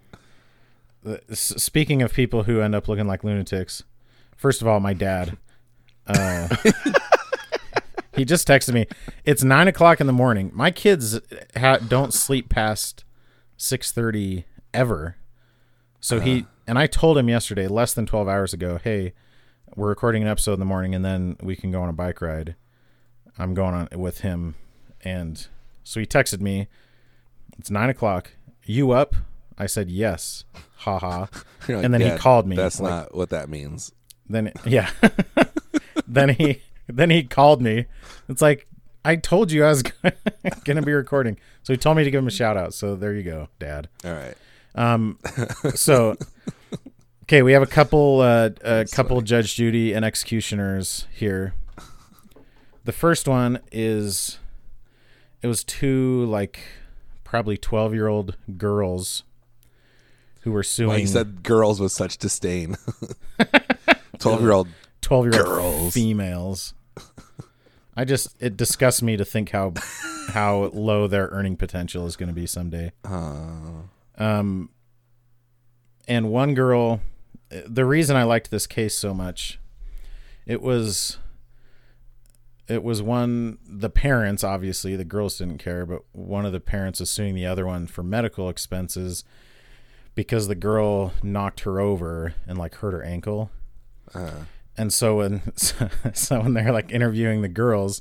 uh, s- speaking of people who end up looking like lunatics first of all my dad uh, he just texted me it's nine o'clock in the morning my kids ha- don't sleep past 6.30 ever so Uh. he and i told him yesterday less than 12 hours ago hey we're recording an episode in the morning and then we can go on a bike ride i'm going on with him and so he texted me it's nine o'clock you up i said yes ha ha You're like, And then he "Dad, called me, That's like- not what that means. then yeah then he then he called me it's like i told you i was gonna be recording so he told me to give him a shout out so there you go dad All right. um so okay we have a couple uh a couple judge judy and executioners here the first one is it was two like probably 12 year old girls who were Why suing you said girls with such disdain. Twelve-year-old. 12 year old Girls. females. I just it disgusts me to think how how low their earning potential is going to be someday. Um and one girl the reason I liked this case so much it was it was one the parents obviously the girls didn't care but one of the parents is suing the other one for medical expenses because the girl knocked her over and like hurt her ankle and so when so when they're like interviewing the girls,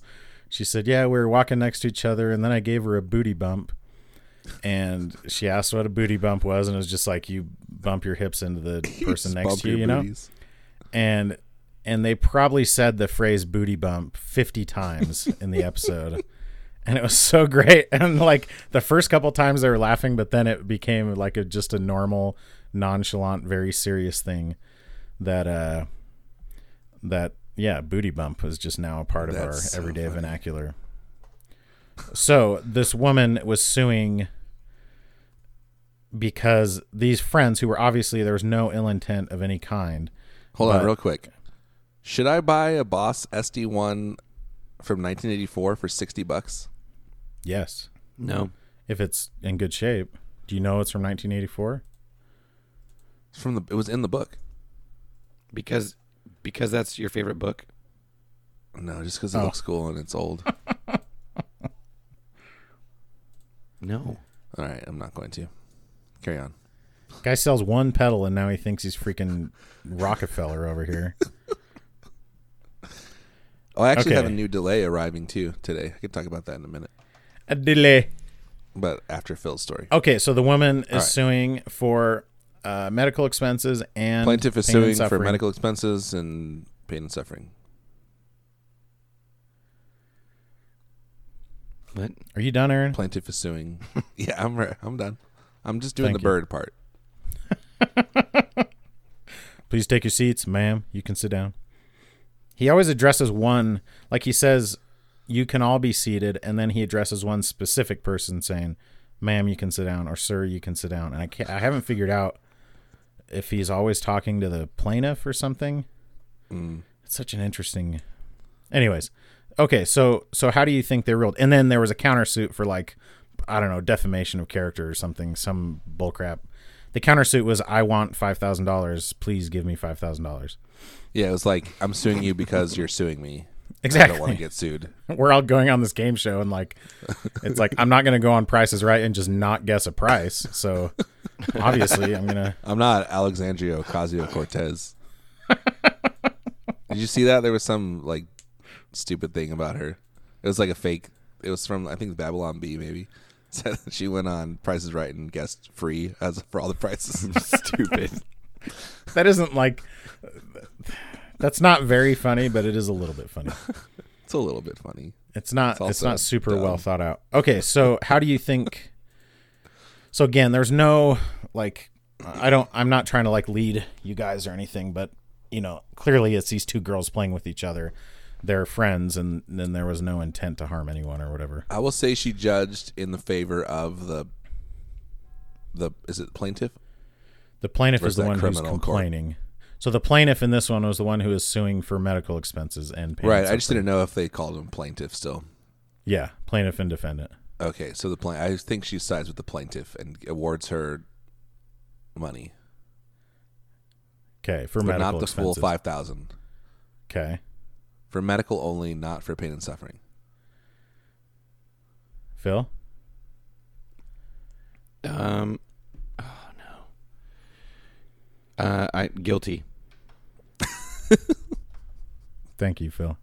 she said, "Yeah, we were walking next to each other, and then I gave her a booty bump." And she asked what a booty bump was, and it was just like you bump your hips into the person next bump to you, your you know. booties. And and they probably said the phrase "booty bump" fifty times in the episode, and it was so great. And like the first couple times they were laughing, but then it became like a just a normal, nonchalant, very serious thing that uh that yeah booty bump is just now a part of our That's so everyday vernacular so this woman was suing because these friends who were obviously there was no ill intent of any kind Hold on, But- real quick. Should I buy a Boss SD one from 1984 for sixty bucks? yes No. if it's in good shape do you know it's from 1984 It's from the. It was in the book. Because because that's your favorite book. No, just because it Oh. looks cool and it's old. No. All right, I'm not going to. Carry on. guy sells one pedal and now he thinks he's freaking rockefeller over here Oh, I actually have a Okay. new delay arriving too today. I can talk about that in a minute, a delay but after Phil's story. Okay, so the woman is right. suing for uh, medical expenses and Plaintiff is pain and suing for suffering. medical expenses and pain and suffering. What? Are you done, Aaron? Plaintiff is suing. yeah, I'm re- I'm done. I'm just doing Thank the you. bird part. Please take your seats, ma'am. You can sit down. He always addresses one, like he says, "You can all be seated," and then he addresses one specific person, saying, ma'am, you can sit down, or sir, you can sit down. And I can't, I haven't figured out if he's always talking to the plaintiff or something. It's such an interesting. Anyways, okay, so so how do you think they ruled? And then there was a countersuit for like I don't know defamation of character or something, some bullcrap. The countersuit was I want five thousand dollars. Please give me five thousand dollars. Yeah, it was like I'm suing you because you're suing me. I don't want Exactly. to get sued. We're all going on this game show and like it's like I'm not gonna go on prices right and just not guess a price. So obviously I'm gonna I'm not Alexandria Ocasio Cortez. Did you see that? There was some like stupid thing about her. It was like a fake. It was from I think Babylon B maybe. Said that she went on Prices Right and guessed free as for all the prices. Stupid. that isn't like that's not very funny, but it is a little bit funny. it's a little bit funny. It's not. It's, It's also not super dumb. well thought out. Okay, so how do you think? So again, there's no like, I don't. I'm not trying to like lead you guys or anything, but you know, clearly it's these two girls playing with each other. They're friends, and then there was no intent to harm anyone or whatever. I will say she judged in the favor of the the is it plaintiff? The plaintiff Where's is the that one who's criminal court? complaining. So the plaintiff in this one was the one who is suing for medical expenses and payments. Right. I just didn't know if they called him plaintiff still. yeah, plaintiff and defendant. Okay, so the plain I think she sides with the plaintiff and awards her money, Okay, for but medical not the full expenses. five thousand. Okay, for medical only, not for pain and suffering. Phil. Um. Oh no. Uh, I guilty. Thank you, Phil.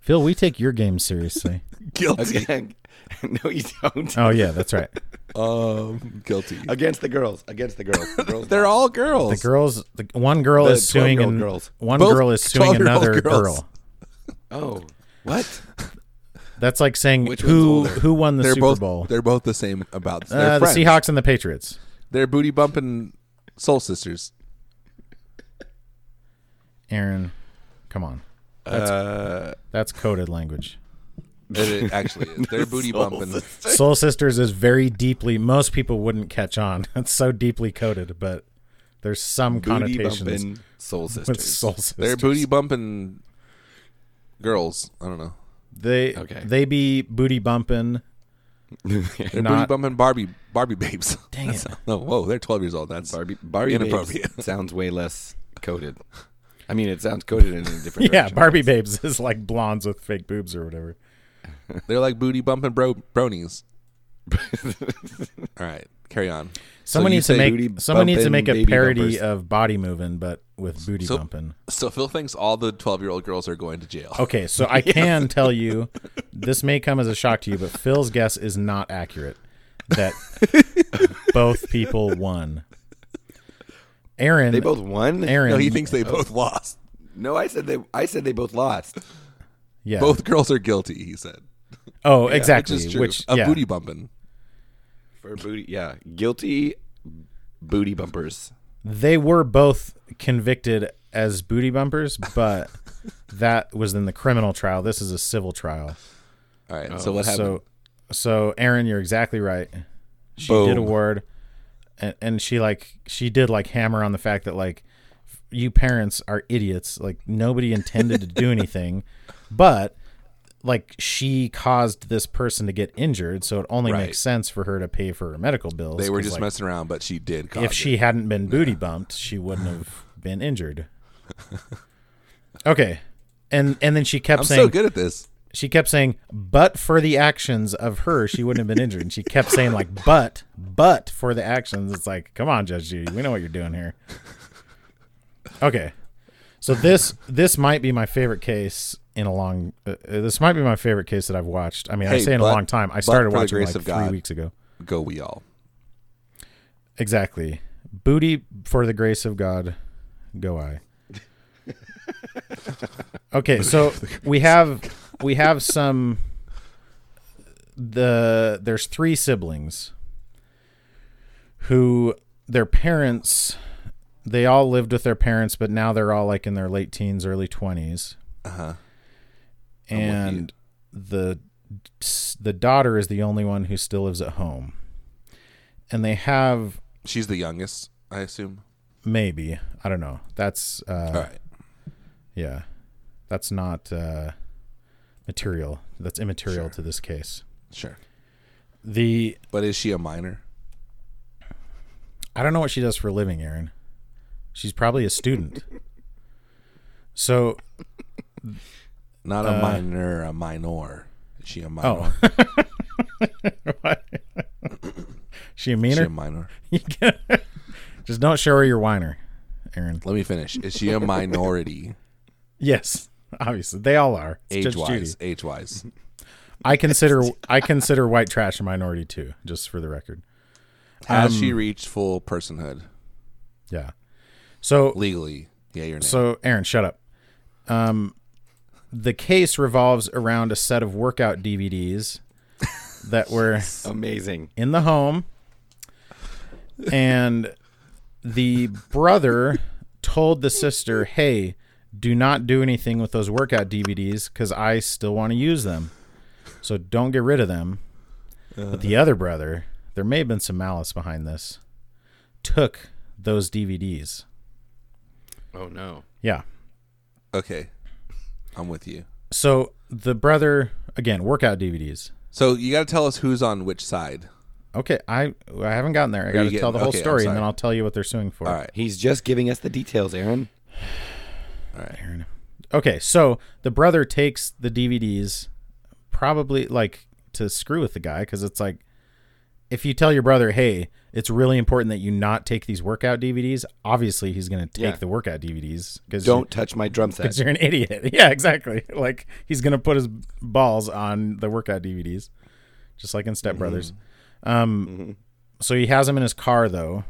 Phil, we take your game seriously. Guilty. Okay. no, you don't. Oh yeah, that's right. um, guilty. Against the girls. Against the girls. The girls They're all girls. The girls, the one girl The is suing 12-year-old and girls. one Both girl is suing 12-year-old another girls. girl. Oh, what? That's like saying Which one's who older? who won the they're Super both Bowl? they're both the same about they're Uh, the friends. Seahawks and the Patriots. They're booty bumping soul sisters. Aaron, come on, Uh, that's coded language. It, it actually is. They're booty bumping. Soul Sisters is very deeply. Most people wouldn't catch on. It's so deeply coded, but there's some booty connotations bumping soul with sisters. Soul Sisters. They're booty bumping girls. I don't know. They Okay. they be booty bumping. They're booty Not- bumping Barbie Barbie babes. Dang it. No, whoa, they're twelve years old. That's Barbie, Barbie Inappropriate. babes sounds way less coded. I mean, it sounds coded in a different Yeah, direction. Barbie babes is like blondes with fake boobs or whatever. They're like booty bumping bro bronies. All right, carry on. Someone you needs to say make booty someone needs to bumpin' make a baby parody bumpers. of body moving, but with booty So- bumping. So Phil thinks all the twelve-year-old girls are going to jail. Okay, so I can tell you, this may come as a shock to you, but Phil's guess is not accurate. That both people won. Aaron, They both won. Aaron, No, he thinks they both lost. No, I said they. I said they both lost. yeah, Both girls are guilty. He said, Oh, exactly. which is true. Which a yeah. booty bumping. For booty, yeah, guilty booty bumpers. they were both convicted as booty bumpers, but that was in the criminal trial. This is a civil trial. All right. so what happened? Oh, So, so Aaron, you're exactly right. She did Boom. award, and, and she like she did like hammer on the fact that like you parents are idiots. Like nobody intended to do anything, but like she caused this person to get injured, so it only Right. makes sense for her to pay for her medical bills. they were 'cause, just like, messing around, but she did. Cause if she it. hadn't been booty bumped, she wouldn't have been injured. Okay. And and then she kept I'm saying so good at this. she kept saying, but for the actions of her, she wouldn't have been injured. And she kept saying like, but, but for the actions, it's like, come on, Judge Judy, we know what you're doing here. Okay, so this this might be my favorite case in a long. Uh, uh, this might be my favorite case that I've watched. I mean, I Hey, say in a but- long time. I but started for the watching grace like of three God. weeks ago. Go we all. Exactly. Booty for the grace of God, go I. okay, so we have we have some the there's three siblings who their parents they all lived with their parents but now they're all like in their late teens early 20s Uh huh. Uh-huh. I'm with you. and the the daughter is the only one who still lives at home, and they have She's the youngest, I assume. maybe I don't know. That's uh, All right. yeah, that's not uh, material. That's immaterial to this case. Sure. The But is she a minor? I don't know what she does for a living, Aaron. She's probably a student. So Not Uh, a minor, a minor. Is she a oh, minor? she a Is Oh. she a meaner? minor? Just don't show her your whiner, Aaron. Let me finish. Is she a minority? Yes, obviously they all are. It's age Judge Judy. wise. Age wise. I consider I consider white trash a minority too, just for the record. Has Um, she reached full personhood? Yeah. So Legally. Yeah, your name. So, Aaron, shut up. Um, the case revolves around a set of workout DVDs that were Amazing. in the home, and the brother told the sister, "Hey, do not do anything with those workout DVDs because I still want to use them, so don't get rid of them." But the other brother, there may have been some malice behind this, took those DVDs. Oh no. Yeah. okay. I'm with you. So the brother again, workout DVDs. So you got to tell us who's on which side. Okay, I I haven't gotten there. I got to you tell the getting- whole okay, I'm story, and sorry. then I'll tell you what they're suing for. All right. He's just giving us the details, Aaron. Okay, so the brother takes the DVDs, probably like to screw with the guy, because it's like, if you tell your brother, hey, it's really important that you not take these workout DVDs. Obviously, he's going to take Yeah. the workout DVDs because Don't touch my drum set. because you're an idiot. Yeah, exactly. Like he's gonna put his balls on the workout DVDs, just like in Step Brothers. Um, so he has him in his car though,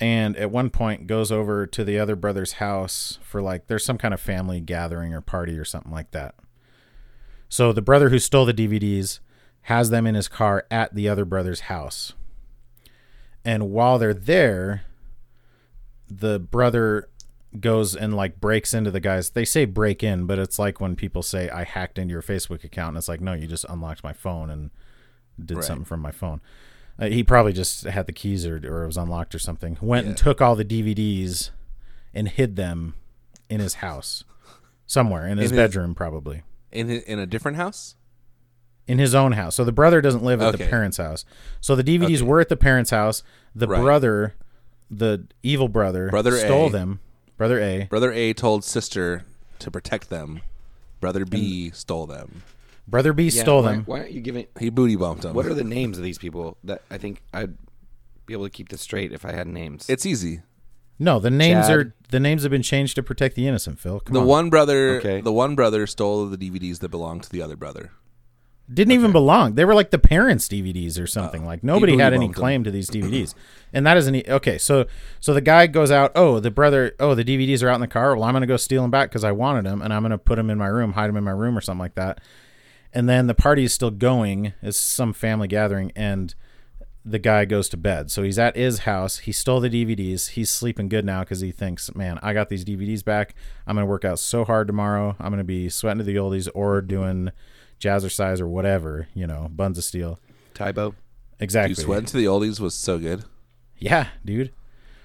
and at one point goes over to the other brother's house for like there's some kind of family gathering or party or something like that. So the brother who stole the DVDs has them in his car at the other brother's house. And while they're there, the brother goes and like breaks into the guy's they say break in but it's like when people say i hacked into your facebook account and it's like no you just unlocked my phone and did something from my phone uh, he probably just had the keys or, or it was unlocked or something went and took all the dvds and hid them in his house somewhere in his In his- bedroom probably In hi- in a different house? in his own house. So the brother doesn't live at the Okay. parents' house. So the DVDs were at the parents' house. The Right. brother, the evil brother, Brother stole A. them. Brother A. Brother A told sister to protect them. Brother B stole them. Brother B Yeah, stole why- them. Why aren't you giving? He booty bumped them. What are the names of these people? That I think I'd be able to keep this straight if I had names. it's easy. No, the names Chad. are the names have been changed to protect the innocent. Phil, come The on. one brother, Okay. the one brother stole the DVDs that belonged to the other brother. didn't even belong. They were like the parents' DVDs or something. like nobody booty had any bumped 'em. claim to these DVDs. and that isn't e- okay. So so the guy goes out. Oh, the brother. Oh, the DVDs are out in the car. Well, I'm gonna go steal them back because I wanted them, and I'm gonna put them in my room, hide them in my room or something like that. And then the party is still going. It's some family gathering, and the guy goes to bed. So he's at his house. He stole the DVDs. He's sleeping good now because he thinks, man, I got these DVDs back. I'm going to work out so hard tomorrow. I'm going to be sweating to the oldies or doing jazzercise or whatever, you know, buns of steel. Tybo. Exactly. You sweat to the oldies was so good. Yeah, dude.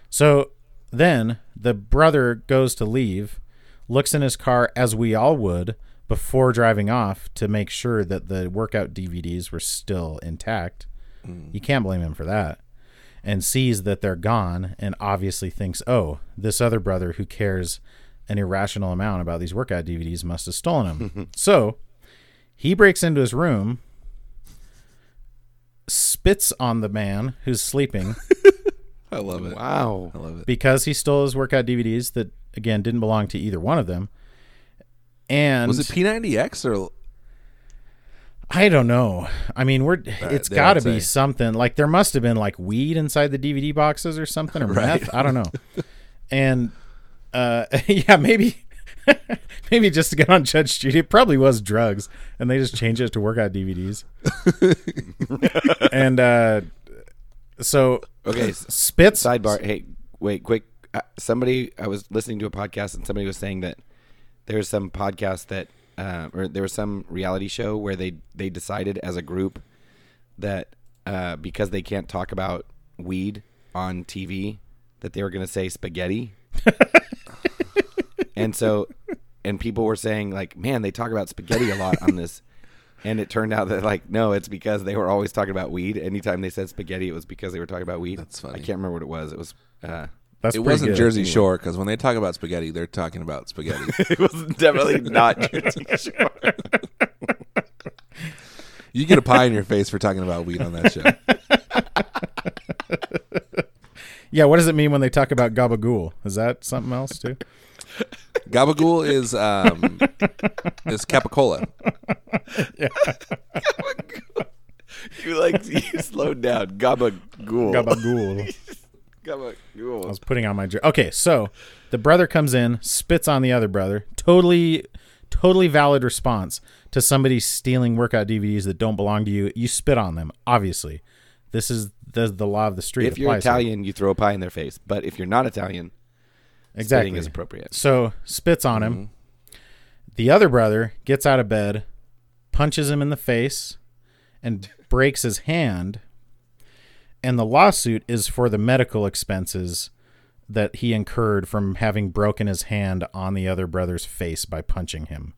So then the brother goes to leave, looks in his car as we all would before driving off to make sure that the workout DVDs were still intact. You can't blame him for that. And sees that they're gone and obviously thinks, oh, this other brother who cares an irrational amount about these workout DVDs must have stolen them. so he breaks into his room, spits on the man who's sleeping. I love it. Wow. I love it. because he stole his workout DVDs that again didn't belong to either one of them. And Was it P90X or I don't know. I mean, we're it's Uh, they got to don't be say. something. Like there must have been like weed inside the DVD boxes or something or Right. meth. I don't know. and uh, yeah, maybe maybe just to get on Judge Judy, it probably was drugs, and they just changed it to workout DVDs. and uh, so Okay. s- spits Sidebar. Hey, wait, quick. Uh, somebody. I was listening to a podcast and somebody was saying that there's some podcast that uh, or there was some reality show where they they decided as a group that uh, because they can't talk about weed on TV, that they were going to say spaghetti. and so, and people were saying like, man, they talk about spaghetti a lot on this. And it turned out that like no, it's because they were always talking about weed. Anytime they said spaghetti, it was because they were talking about weed. That's funny. I can't remember what it was. It was uh, That's it pretty wasn't good. Jersey Shore because when they talk about spaghetti, they're talking about spaghetti. it was definitely not Jersey Shore. you get a pie in your face for talking about weed on that show. Yeah, what does it mean when they talk about gabagool? Is that something else too? Gabagool is um, is capicola. You like you slowed down. Gabagool. Gabagool. I Gabagool. was putting on my jer- okay. So the brother comes in, spits on the other brother. Totally, totally valid response to somebody stealing workout DVDs that don't belong to you. You spit on them, obviously. This is the the law of the street. If you're applies here. Italian, you throw a pie in their face. But if you're not Italian, exactly spitting is appropriate. So spits on him. Mm-hmm. The other brother gets out of bed, punches him in the face, and breaks his hand. And the lawsuit is for the medical expenses that he incurred from having broken his hand on the other brother's face by punching him.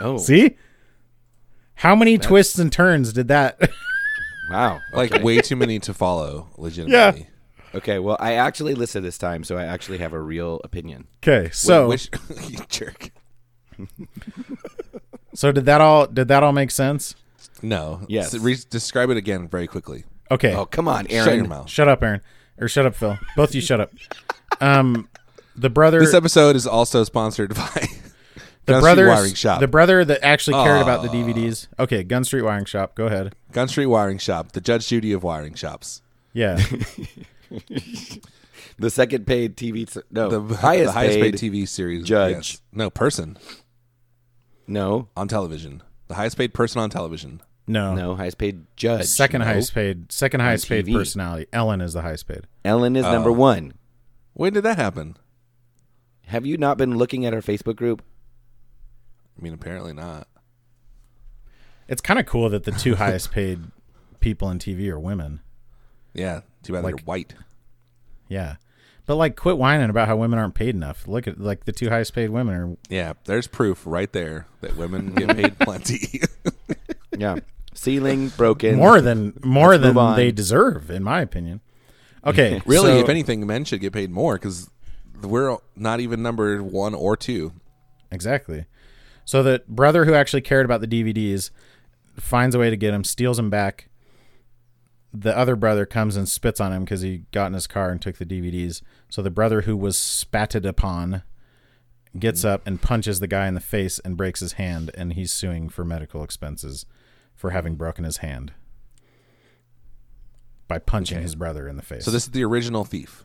Oh, See? How many twists and turns did that? wow. Like way too many to follow. Legitimately. Okay, well, I actually listed this time, so I actually have a real opinion. okay, so Which you jerk. so did that all did that all make sense? No. Yes. S- re- describe it again very quickly. Okay. Oh, come on, Shut your Aaron. mouth. Shut up, Aaron. Or shut up, Phil. Both of you shut up. Um the brother This episode is also sponsored by the Gun brothers, Street Wiring Shop. the brother that actually cared about the DVDs. Okay, Gun Street Wiring Shop. Go ahead. Gun Street Wiring Shop, the Judge Judy of wiring shops. Yeah, The second paid TV. s- No, The the highest, the highest paid, paid, TV series judge. yes. No, person No, on television. The highest paid person on television. no, no, highest paid judge. Second No. highest paid, second highest paid TV. personality. Ellen is the highest paid. Ellen is number one. When did that happen? Have you not been looking at our Facebook group? I mean, apparently not. It's kind of cool that the two highest paid people in TV are women. Yeah, too bad they're white. Yeah, but like, quit whining about how women aren't paid enough. Look at like the two highest paid women are. Yeah, there's proof right there that women get paid plenty. Yeah. Ceiling broken. More than more Let's move than on. they deserve, in my opinion. Okay, really, so- if anything, men should get paid more because we're not even number one or two. Exactly. So the brother who actually cared about the DVDs finds a way to get him, steals him back. The other brother comes and spits on him because he got in his car and took the DVDs. So the brother who was spatted upon gets Mm. up and punches the guy in the face and breaks his hand, and he's suing for medical expenses for having broken his hand by punching his brother in the face. So this is the original thief.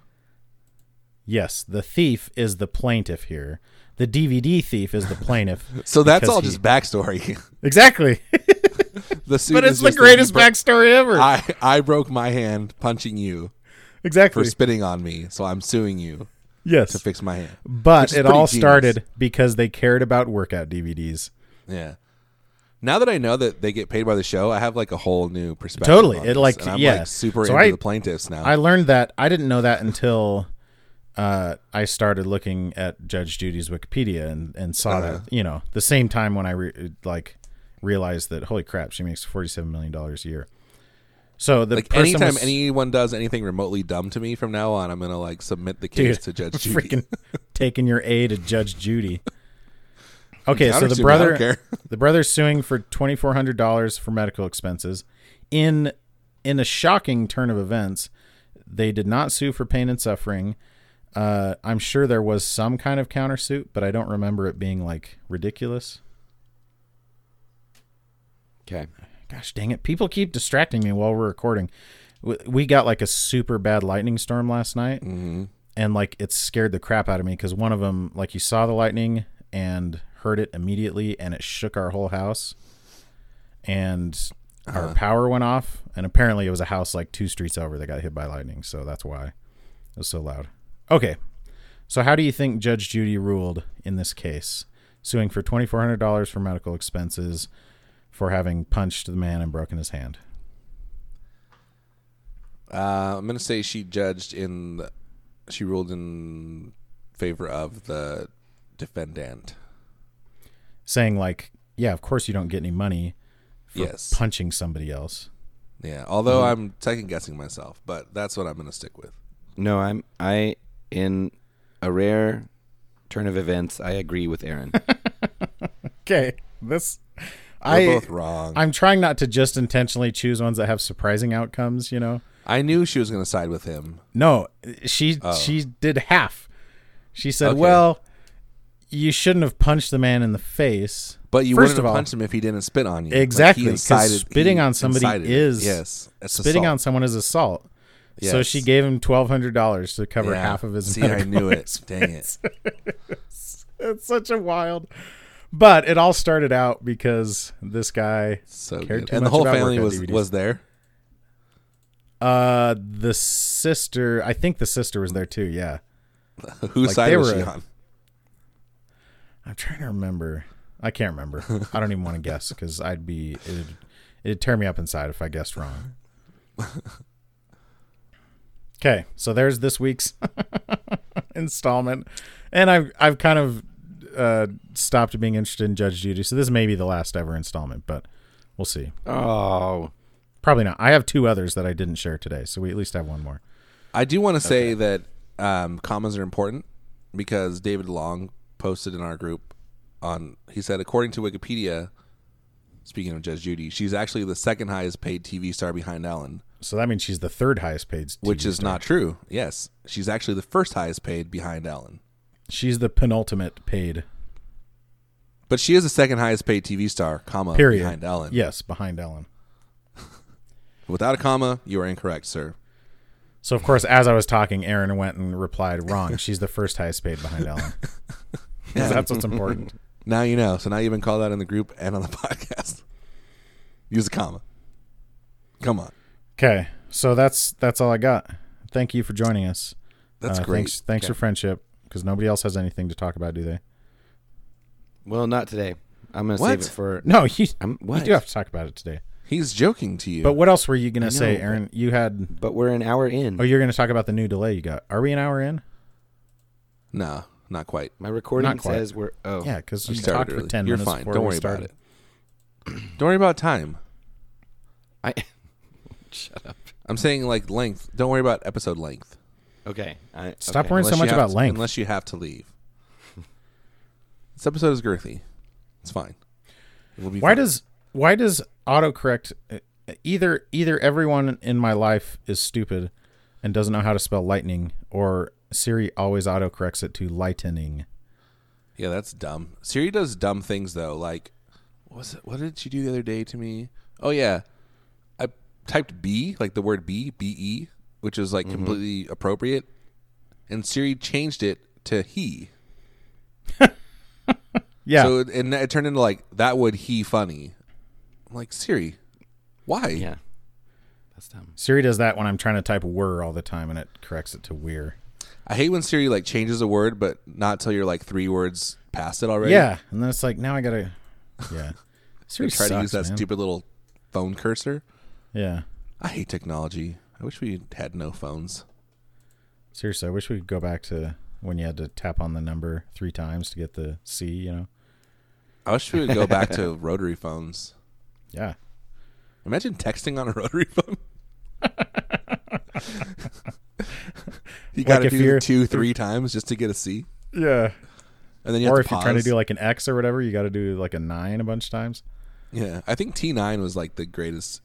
yes, the thief is the plaintiff here. The DVD thief is the plaintiff. So that's because all he- just backstory. Exactly. the suit but is it's the just that greatest he bro- backstory ever. I I broke my hand punching you for exactly. spitting on me, so I'm suing you to yes. fix my hand. which But is it pretty all genius. started because they cared about workout DVDs. Yeah. Now that I know that they get paid by the show, I have like a whole new perspective. Totally. on It, this, like, and I'm yeah. like super So into I- the plaintiffs now. I learned that. I didn't know that until uh, I started looking at Judge Judy's Wikipedia and, and saw Uh-huh. that, you know, the same time when I re- like realized that, holy crap, she makes $47 million a year. So the like person anytime was- anyone does anything remotely dumb to me from now on, I'm gonna like submit the case Dude, to Judge Judy. freaking taking your A to Judge Judy. Okay, so Counter the to me, I don't brother care. the brother's suing for twenty four hundred dollars for medical expenses. In in a shocking turn of events, they did not sue for pain and suffering. Uh, I'm sure there was some kind of countersuit, but I don't remember it being like ridiculous. Okay. Gosh dang it! People keep distracting me while we're recording. W- We got like a super bad lightning storm last night, and like it scared the crap out of me because one of them, like you saw the lightning and heard it immediately, and it shook our whole house, and our power went off. And apparently, it was a house like two streets over that got hit by lightning, so that's why it was so loud. Okay, so how do you think Judge Judy ruled in this case? suing for twenty four hundred dollars for medical expenses for having punched the man and broken his hand. Uh, I'm gonna say she judged in, the, she ruled in favor of the defendant. Saying like, yeah, of course you don't get any money for Yes. punching somebody else. Yeah. Although Mm. I'm second guessing myself, but that's what I'm gonna stick with. No, I'm I in a rare turn of events. I agree with Aaron. Okay, this We're I both wrong. I, I'm trying not to just intentionally choose ones that have surprising outcomes. You know, knew she was gonna side with him. no, she she did half. She said, Oh. Okay. "Well, you shouldn't have punched the man in the face." But you First wouldn't of have all- punched him if he didn't spit on you. Like, he Exactly, 'cause incited- spitting he on somebody incited it. is- yes, it's Spitting assault. on someone is assault. So Yes. she gave him twelve hundred dollars to cover Yeah. half of his. See, I medical knew it. Dang it. it's such a wild but it all started out because this guy So Cared good. too and the much whole about family workout was DVDs. was there. uh the sister i think the sister was there too yeah Whose Like, side they was were she a- on? i'm trying to remember i can't remember i don't even want to guess because i'd be it'd, it'd tear me up inside if i guessed wrong okay so there's this week's installment and i've i've kind of uh stopped being interested in judge judy so this may be the last ever installment but we'll see oh, Probably not. I have two others that I didn't share today, so we at least have one more. I do want to say that um, commas are important because David Long posted in our group on he said according to Wikipedia, speaking of Judge Judy, she's actually the second highest paid TV star behind Ellen, So that means she's the third highest paid, TV which is star. not true. Yes, she's actually the first highest paid behind Ellen, She's the penultimate paid. but she is the second highest paid TV star, comma Period. behind Ellen. Yes, behind Ellen. Without a comma, you are incorrect, sir. So of course, as I was talking, Aaron went and replied, "Wrong. She's the first highest paid behind Ellen." 'Cause That's what's important. Now you know. So now you've been called out in the group and on the podcast. Use a comma. Come on. Okay, so that's that's all I got. Thank you for joining us. That's Uh, great. Thanks, thanks for friendship, because nobody else has anything to talk about, do they? well, not today. I'm gonna What? save it for. No, you, I'm- you what? do have to talk about it today. He's joking to you. But what else were you gonna know, say, but- Aaron? You had But we're an hour in. oh, you're gonna talk about the new delay you got. Are we an hour in? no, not quite. My recording Not quite. says we're. Oh, Yeah, because You you started talked for early. 10 You're minutes fine. before Don't we worry started. about it. Don't worry about time. I. Shut up. I'm saying like length. Don't worry about episode length. Okay. I, Stop okay. worrying so you much have about to- length. Unless you have to leave. this episode is girthy. It's fine. It'll be Why fine. does why does autocorrect uh, either either everyone in my life is stupid and doesn't know how to spell lightning or Siri always autocorrects it to lightning. Yeah, that's dumb. Siri does dumb things though. Like, what was it? What did she do the other day to me? Oh yeah, I typed B, like the word B, B E, which is Mm-hmm. like completely appropriate, and Siri changed it to he. Yeah. So it, and it turned into like that would he funny. I'm like Siri, why? Yeah. That's dumb. Siri does that when I'm trying to type "were" all the time and it corrects it to "weir." I hate when Siri like changes a word, but not till you're like three words past it already. Yeah, and then it's like now I gotta. Yeah, I Siri try sucks, to use that man. stupid little phone cursor. Yeah, I hate technology. I wish we had no phones. seriously, I wish we could go back to when you had to tap on the number three times to get the C. You know. I wish we would go back to rotary phones. Yeah. Imagine texting on a rotary phone. you got to if do you're- two, three times just to get a C, Yeah. and then you have or to if you're trying to pause. do like an X or whatever, you got to do like a nine a bunch of times. yeah, I think T nine was like the greatest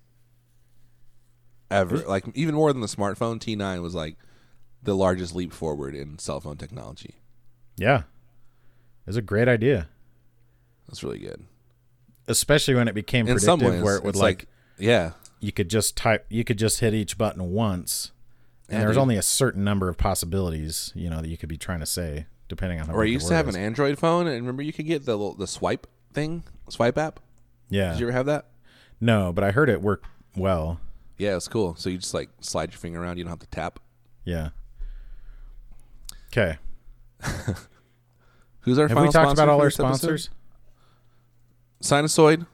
ever. Like even more than the smartphone, T nine was like the largest leap forward in cell phone technology. Yeah, it's a great idea, That's really good. especially when it became In predictive, some ways, where it would it's like, yeah, you could just type, you could just hit each button once, and Yeah, there was dude. only a certain number of possibilities, you know, that you could be trying to say depending on how. or I big the used word to have is. an Android phone, and remember you could get the little- the swipe thing, swipe app. Yeah. Did you ever have that? No, but I heard it worked well. Yeah, it's cool. So you just like slide your finger around. You don't have to tap. Yeah. Okay. Who's our Have final we talked sponsor about all for our this episode? sponsors? Sinusoid.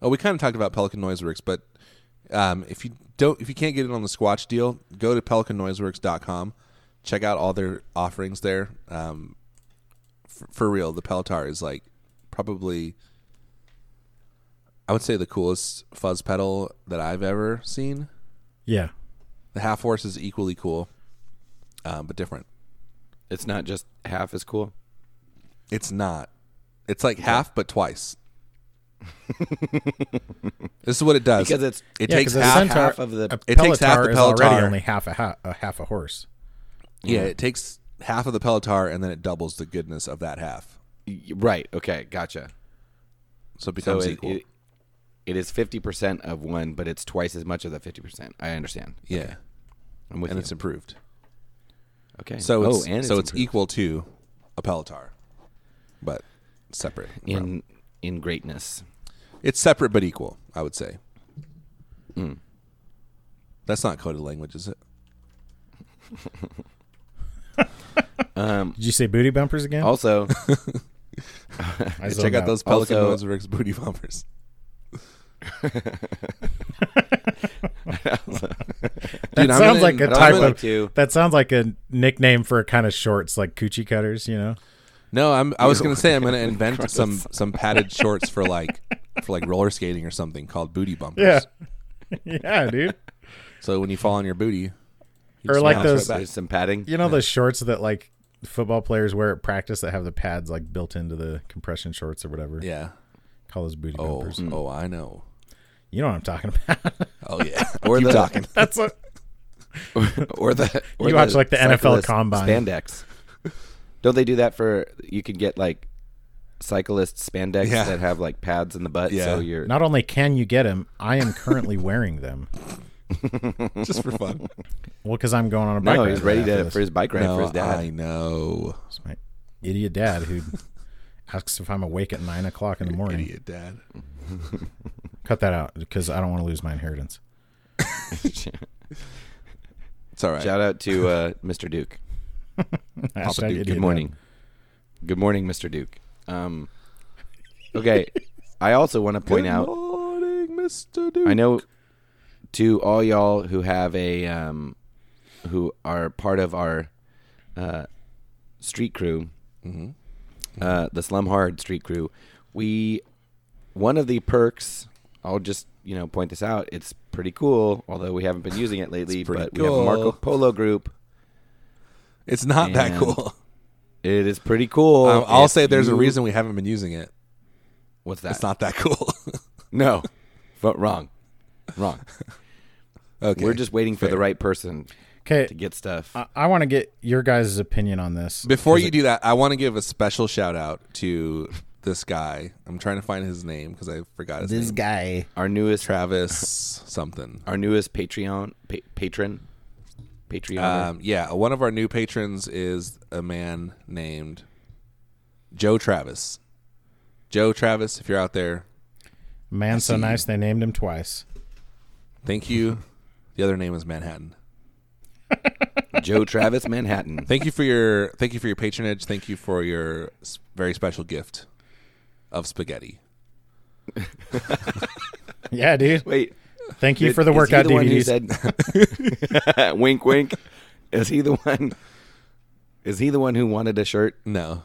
Oh, we kind of talked about Pelican Noiseworks, but um, if you don't, if you can't get it on the Squatch deal, go to pelicannoiseworks.com. Check out all their offerings there. Um, for, for real, the Peltar is like probably, I would say, the coolest fuzz pedal that I've ever seen. Yeah. The half horse is equally cool, um, but different. It's not just half as cool. It's not. It's like half, but twice. this is what it does Because it's- it Yeah, takes 'cause a half, centaur- half of the- a It takes half Pelotar the is already Pelotar. only half a, ha- a half a horse. Yeah, it takes half of the Pelotar and then it doubles the goodness of that half. Y- Right. Okay. Gotcha. So it So becomes it, equal. it, it is 50% of one, but it's twice as much of the 50%. I understand. yeah, I'm with and you. it's improved. okay. So Oh, it's, and so it's improved. equal to a Pelotar, but separate. from- in in greatness. it's separate but equal, I would say. Mm. That's not coded language, is it? Um, Did you say booty bumpers again? also, I zoned Check out those Pelican Also- Noiseworks booty bumpers. That Dude, I'm sounds in- like a I'm type in- of to- that sounds like a nickname for a kind of shorts like coochie cutters. You know, No, I'm. I was gonna say I'm gonna invent some some padded shorts for like for like roller skating or something called booty bumpers. yeah, dude. So when you fall on your booty, you Or just like bounce those- right there's some padding. You know those shorts that like football players wear at practice that have the pads like built into the compression shorts or whatever. back. yeah. Call those booty Oh, bumpers. oh, I know. You know what I'm talking about. Oh yeah. Or Keep the, talking. That's what or the or You watch, like, the NFL cyclist combine. spandex. Don't they do that for? You can get like cyclist spandex Yeah. that have like pads in the butt, Yeah. so you're not only can you get them, I am currently wearing them. just for fun. Well, because I'm going on a bike. no, ride he's ready after to this. for his bike ride for his dad. I know. It's my idiot dad who asks if I'm awake at nine o'clock in the morning. Idiot dad. Cut that out because I don't want to lose my inheritance. It's all right. Shout out to uh, Mr. Duke. Hashtag Papa Duke, idiot Good dad. morning. Good morning, Mr. Duke. Um, okay, I also want to point Good out. morning, Mr. Dude. I know to all y'all who have a um, who are part of our uh, street crew, Mm-hmm. uh, the Slum Hard street crew. We one of the perks. I'll just you know point this out. It's pretty cool, although we haven't been using it lately. It's pretty But we have a Marco cool. Polo group. It's not that And- cool. It is pretty cool. Um, I'll If say there's a you- reason we haven't been using it. What's that? It's not that cool. No, but wrong, wrong. okay. Uh, We're just waiting for the right person Okay, to get stuff. I, I want to get your guys' opinion on this. Before you do that, I want to give a special shout out to this guy. I'm trying to find his name because I forgot his name. guy. Our newest Travis something. our newest Patreon pa- patron, Patreon. Um, yeah, one of our new patrons is a man named Joe Travis. Joe Travis, if you're out there, Man, so nice they named him twice. thank you. The other name is Manhattan. Joe Travis Manhattan. Thank you for your thank you for your patronage. Thank you for your s- very special gift of spaghetti. Yeah, dude. Wait, Thank you did- for the is he workout one who DVDs. said- wink, wink. Is he the one? Is he the one who wanted a shirt? No,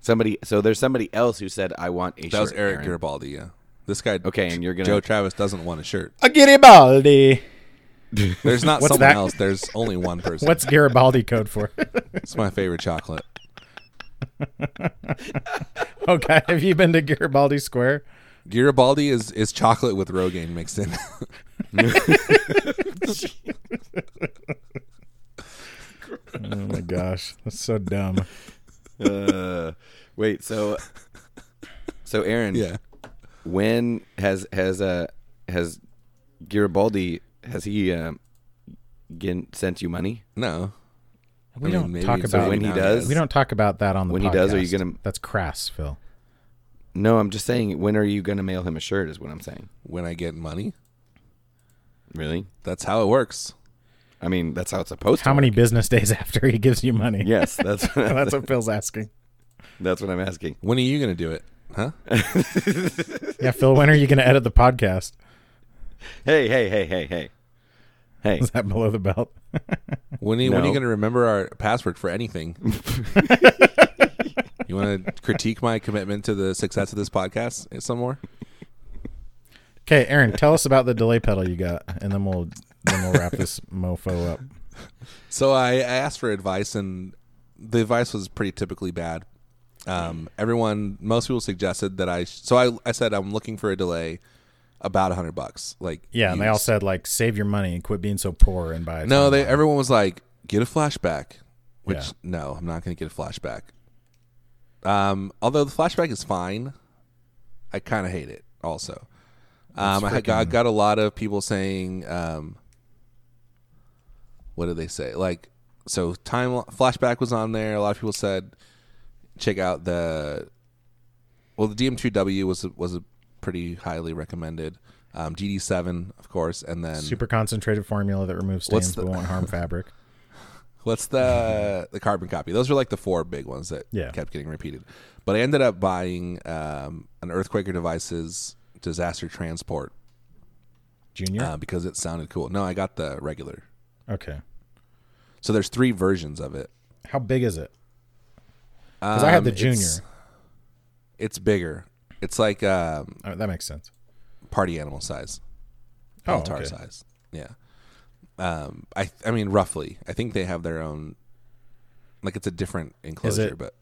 Somebody. So there's somebody else who said, "I want a shirt." that was Eric Aaron." Garibaldi. Yeah, this guy. Okay, and you're gonna- Joe Travis doesn't want a shirt. a Garibaldi. There's not What's someone that? else. There's only one person. What's Garibaldi code for? It's my favorite chocolate. okay, have you been to Garibaldi Square? Garibaldi is is chocolate with Rogaine mixed in. Oh my gosh, that's so dumb. Uh, wait. So, so Aaron. yeah. When has has uh has Garibaldi has he um gin, sent you money? No. We I mean, don't maybe talk it's about a when he rebound. does. We don't talk about that on the When he podcast. does, are you gonna- That's crass, Phil. No, I'm just saying. When are you going to mail him a shirt? Is what I'm saying. When I get money, Really? that's how it works. I mean, that's how it's supposed to. How many work. business days after he gives you money? Yes, that's that's what Phil's asking. that's what I'm asking. When are you going to do it? Huh? Yeah, Phil, when are you going to edit the podcast? Hey, hey, hey, hey, hey, hey. Is that below the belt? When are you, when are you No. going to remember our password for anything? you want to critique my commitment to the success of this podcast some more? Okay, Aaron, tell us about the delay pedal you got, and then we'll then we'll wrap this mofo up. So I, I asked for advice, and the advice was pretty typically bad. Um, everyone, most people suggested that I. Sh- so I, I said I'm looking for a delay, about hundred bucks. Like Yeah, and they all used. said like save your money and quit being so poor and buy. a No, timeline. they everyone was like, get a flashback. Which Yeah. no, I'm not gonna get a flashback. Um, although the flashback is fine, I kind of hate it. Also, um, I had got, got a lot of people saying, um, what did they say? Like, so time flashback was on there. A lot of people said, check out the well, the DM2W was a- was a pretty highly recommended. Um, GD7, of course, and then super concentrated formula that removes What's stains the- but won't harm fabric. What's the the carbon copy? Those were like the four big ones that Yeah. kept getting repeated. But I ended up buying um, an Earthquaker Devices disaster transport Junior. uh, because it sounded cool. No, I got the regular. okay, So there's three versions of it. how big is it? Because I had the Um, junior. It's, it's bigger. It's like um, Oh, that makes sense. party animal size, Oh, altar okay. size. Yeah. Um, I I mean roughly. I think they have their own. Like it's a different enclosure, but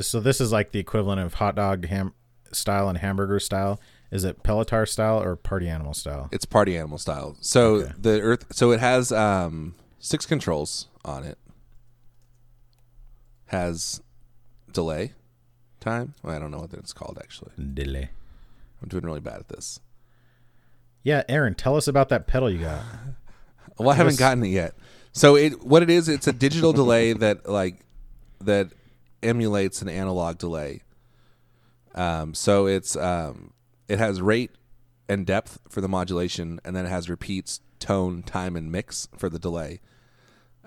So this is like the equivalent of hot dog ham style and hamburger style. Is it Pelotar style or party animal style? It's party animal style. So the earth. So it has um, six controls on it. Has delay time. Well, I don't know what it's called actually. Delay. I'm doing really bad at this. Yeah, Aaron, tell us about that pedal you got. Well, I haven't gotten it yet. So it what it is? It's a digital delay that like that emulates an analog delay. Um, so it's um, it has rate and depth for the modulation, and then it has repeats, tone, time, and mix for the delay.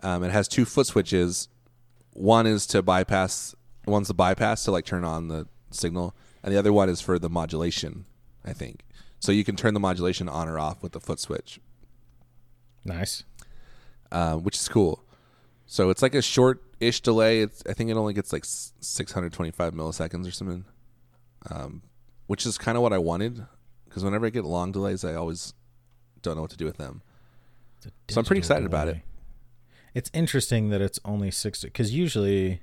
Um, it has two foot switches. One is to bypass. One's the bypass to like turn on the signal, and the other one is for the modulation. I think so. You can turn the modulation on or off with the foot switch Nice. uh, which is cool. So it's like a short-ish delay. It's, I think it only gets like s- 625 milliseconds or something, um, which is kind of what I wanted. Because whenever I get long delays, I always don't know what to do with them. So I'm pretty excited about it. It's interesting that it's only 60 because usually,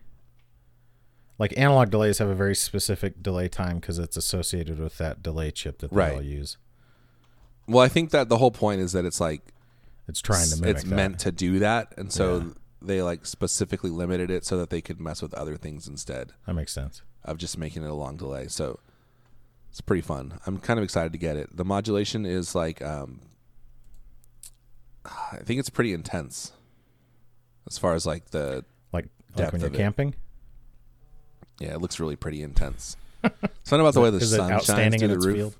like analog delays have a very specific delay time because it's associated with that delay chip that they Right. all use. Well, I think that the whole point is that it's like It's trying to mimic it's that. meant to do that, and so they like specifically limited it so that they could mess with other things instead That makes sense. of just making it a long delay. So it's pretty fun. I'm kind of excited to get it. The modulation is like, um, I think it's pretty intense as far as like the, Like, like Depth when you're of it. camping, yeah, it looks really pretty intense. Something about the way the is it sun shines outstanding through in the its roof. field?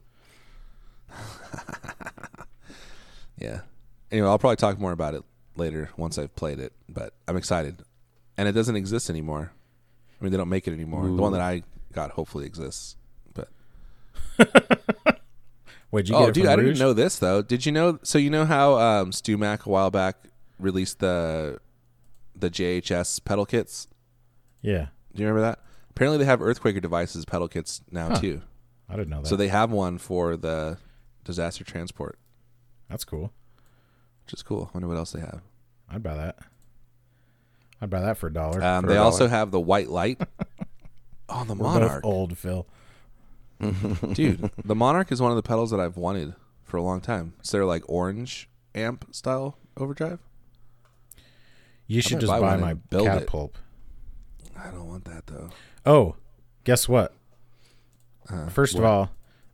Yeah. Anyway, I'll probably talk more about it later once I've played it, but I'm excited. And it doesn't exist anymore. I mean, they don't make it anymore. The one that I got hopefully exists. But Wait, did you oh, get it dude, from I didn't Rouge? know this though. Did you know? So you know how um, Stu Mac a while back released the the JHS pedal kits? Yeah, Do you remember that? Apparently, they have Earthquaker devices pedal kits now too. I didn't know that. So they have one for the disaster transport, That's cool. which is cool. I wonder what else they have. I'd buy that. I'd buy that for a dollar. Um, For they a also dollar. have the white light on the We're both Monarch, old Phil. dude. The Monarch is one of the pedals that I've wanted for a long time. It's their like orange amp style overdrive. You might should just buy buy, one my and build it. catapult. I don't want that though. Oh, guess what? First of all,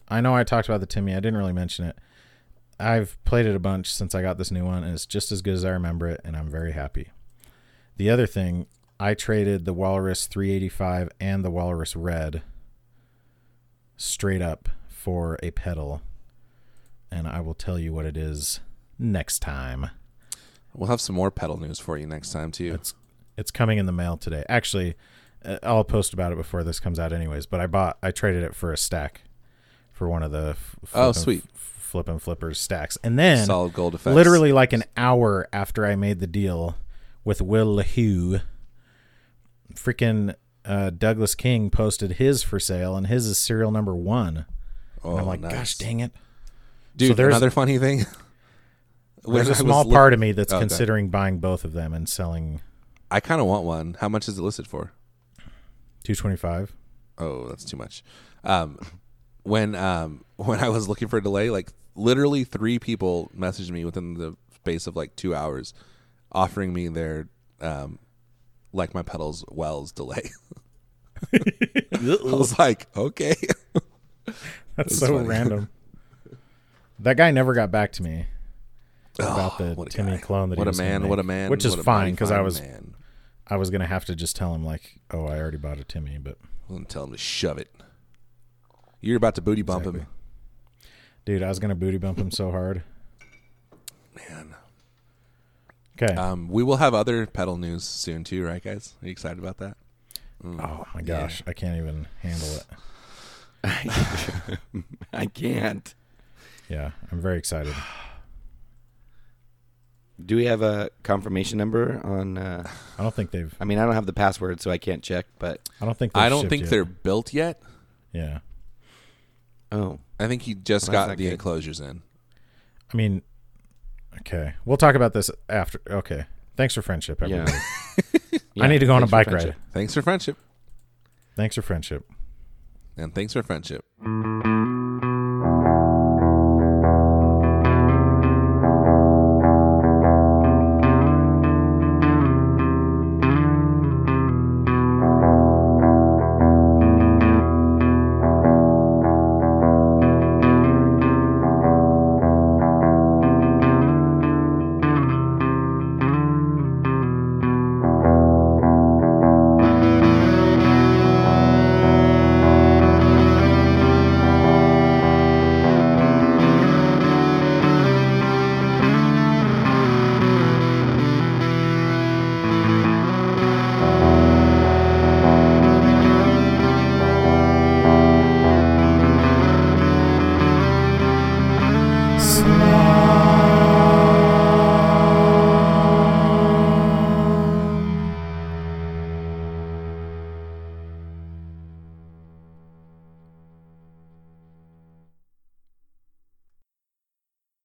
I know I talked about the Timmy. I didn't really mention it. I've played it a bunch since I got this new one, and it's just as good as I remember it, and I'm very happy. The other thing, I traded the Walrus 385 and the Walrus Red straight up for a pedal, and I will tell you what it is next time. We'll have some more pedal news for you next time too. It's it's coming in the mail today. Actually, uh, I'll post about it before this comes out, anyways. But I bought, I traded it for a stack, for one of the f- Oh, flippin' sweet. f- flippin' flippers stacks, and then Solid gold effects. literally like an hour after I made the deal with Will LaHue, freaking uh, Douglas King posted his for sale, and his is serial number one. Oh, And I'm like, nice. gosh dang it! dude. so there's- another funny thing. When There's I was a small look- part of me that's Okay. considering buying both of them and selling I kind of want one. How much is it listed for? 225. Oh, that's too much. Um, when um, when I was looking for a delay, like literally three people messaged me within the space of like two hours, offering me their um, like my pedals wells delay. I was like, okay, That's That's so funny. random. That guy never got back to me about Oh, the what a Timmy guy. clone that what he a was gonna man, make, what a man, which is what a fine mighty because I fine was man. I was gonna have to just tell him like, oh, I already bought a Timmy, but I'm gonna tell him to shove it. You're about to booty bump him, dude, I was gonna booty bump him so hard. man. Okay. Um, we will have other pedal news soon too, right, guys? Are you excited about that? oh my gosh, I can't even handle it. I can't. Yeah, I'm very excited. Do we have a confirmation number on? Uh, I don't think they've. I mean, I don't have the password, so I can't check. But I don't think. They've I don't shipped think yet. they're built yet. Yeah. oh, I think he just Well, that's got not the good. enclosures in. I mean, okay, we'll talk about this after. Okay, thanks for friendship, everybody. yeah. I need to go on a bike Thanks for ride. friendship. Thanks for friendship. Thanks for friendship. And thanks for friendship.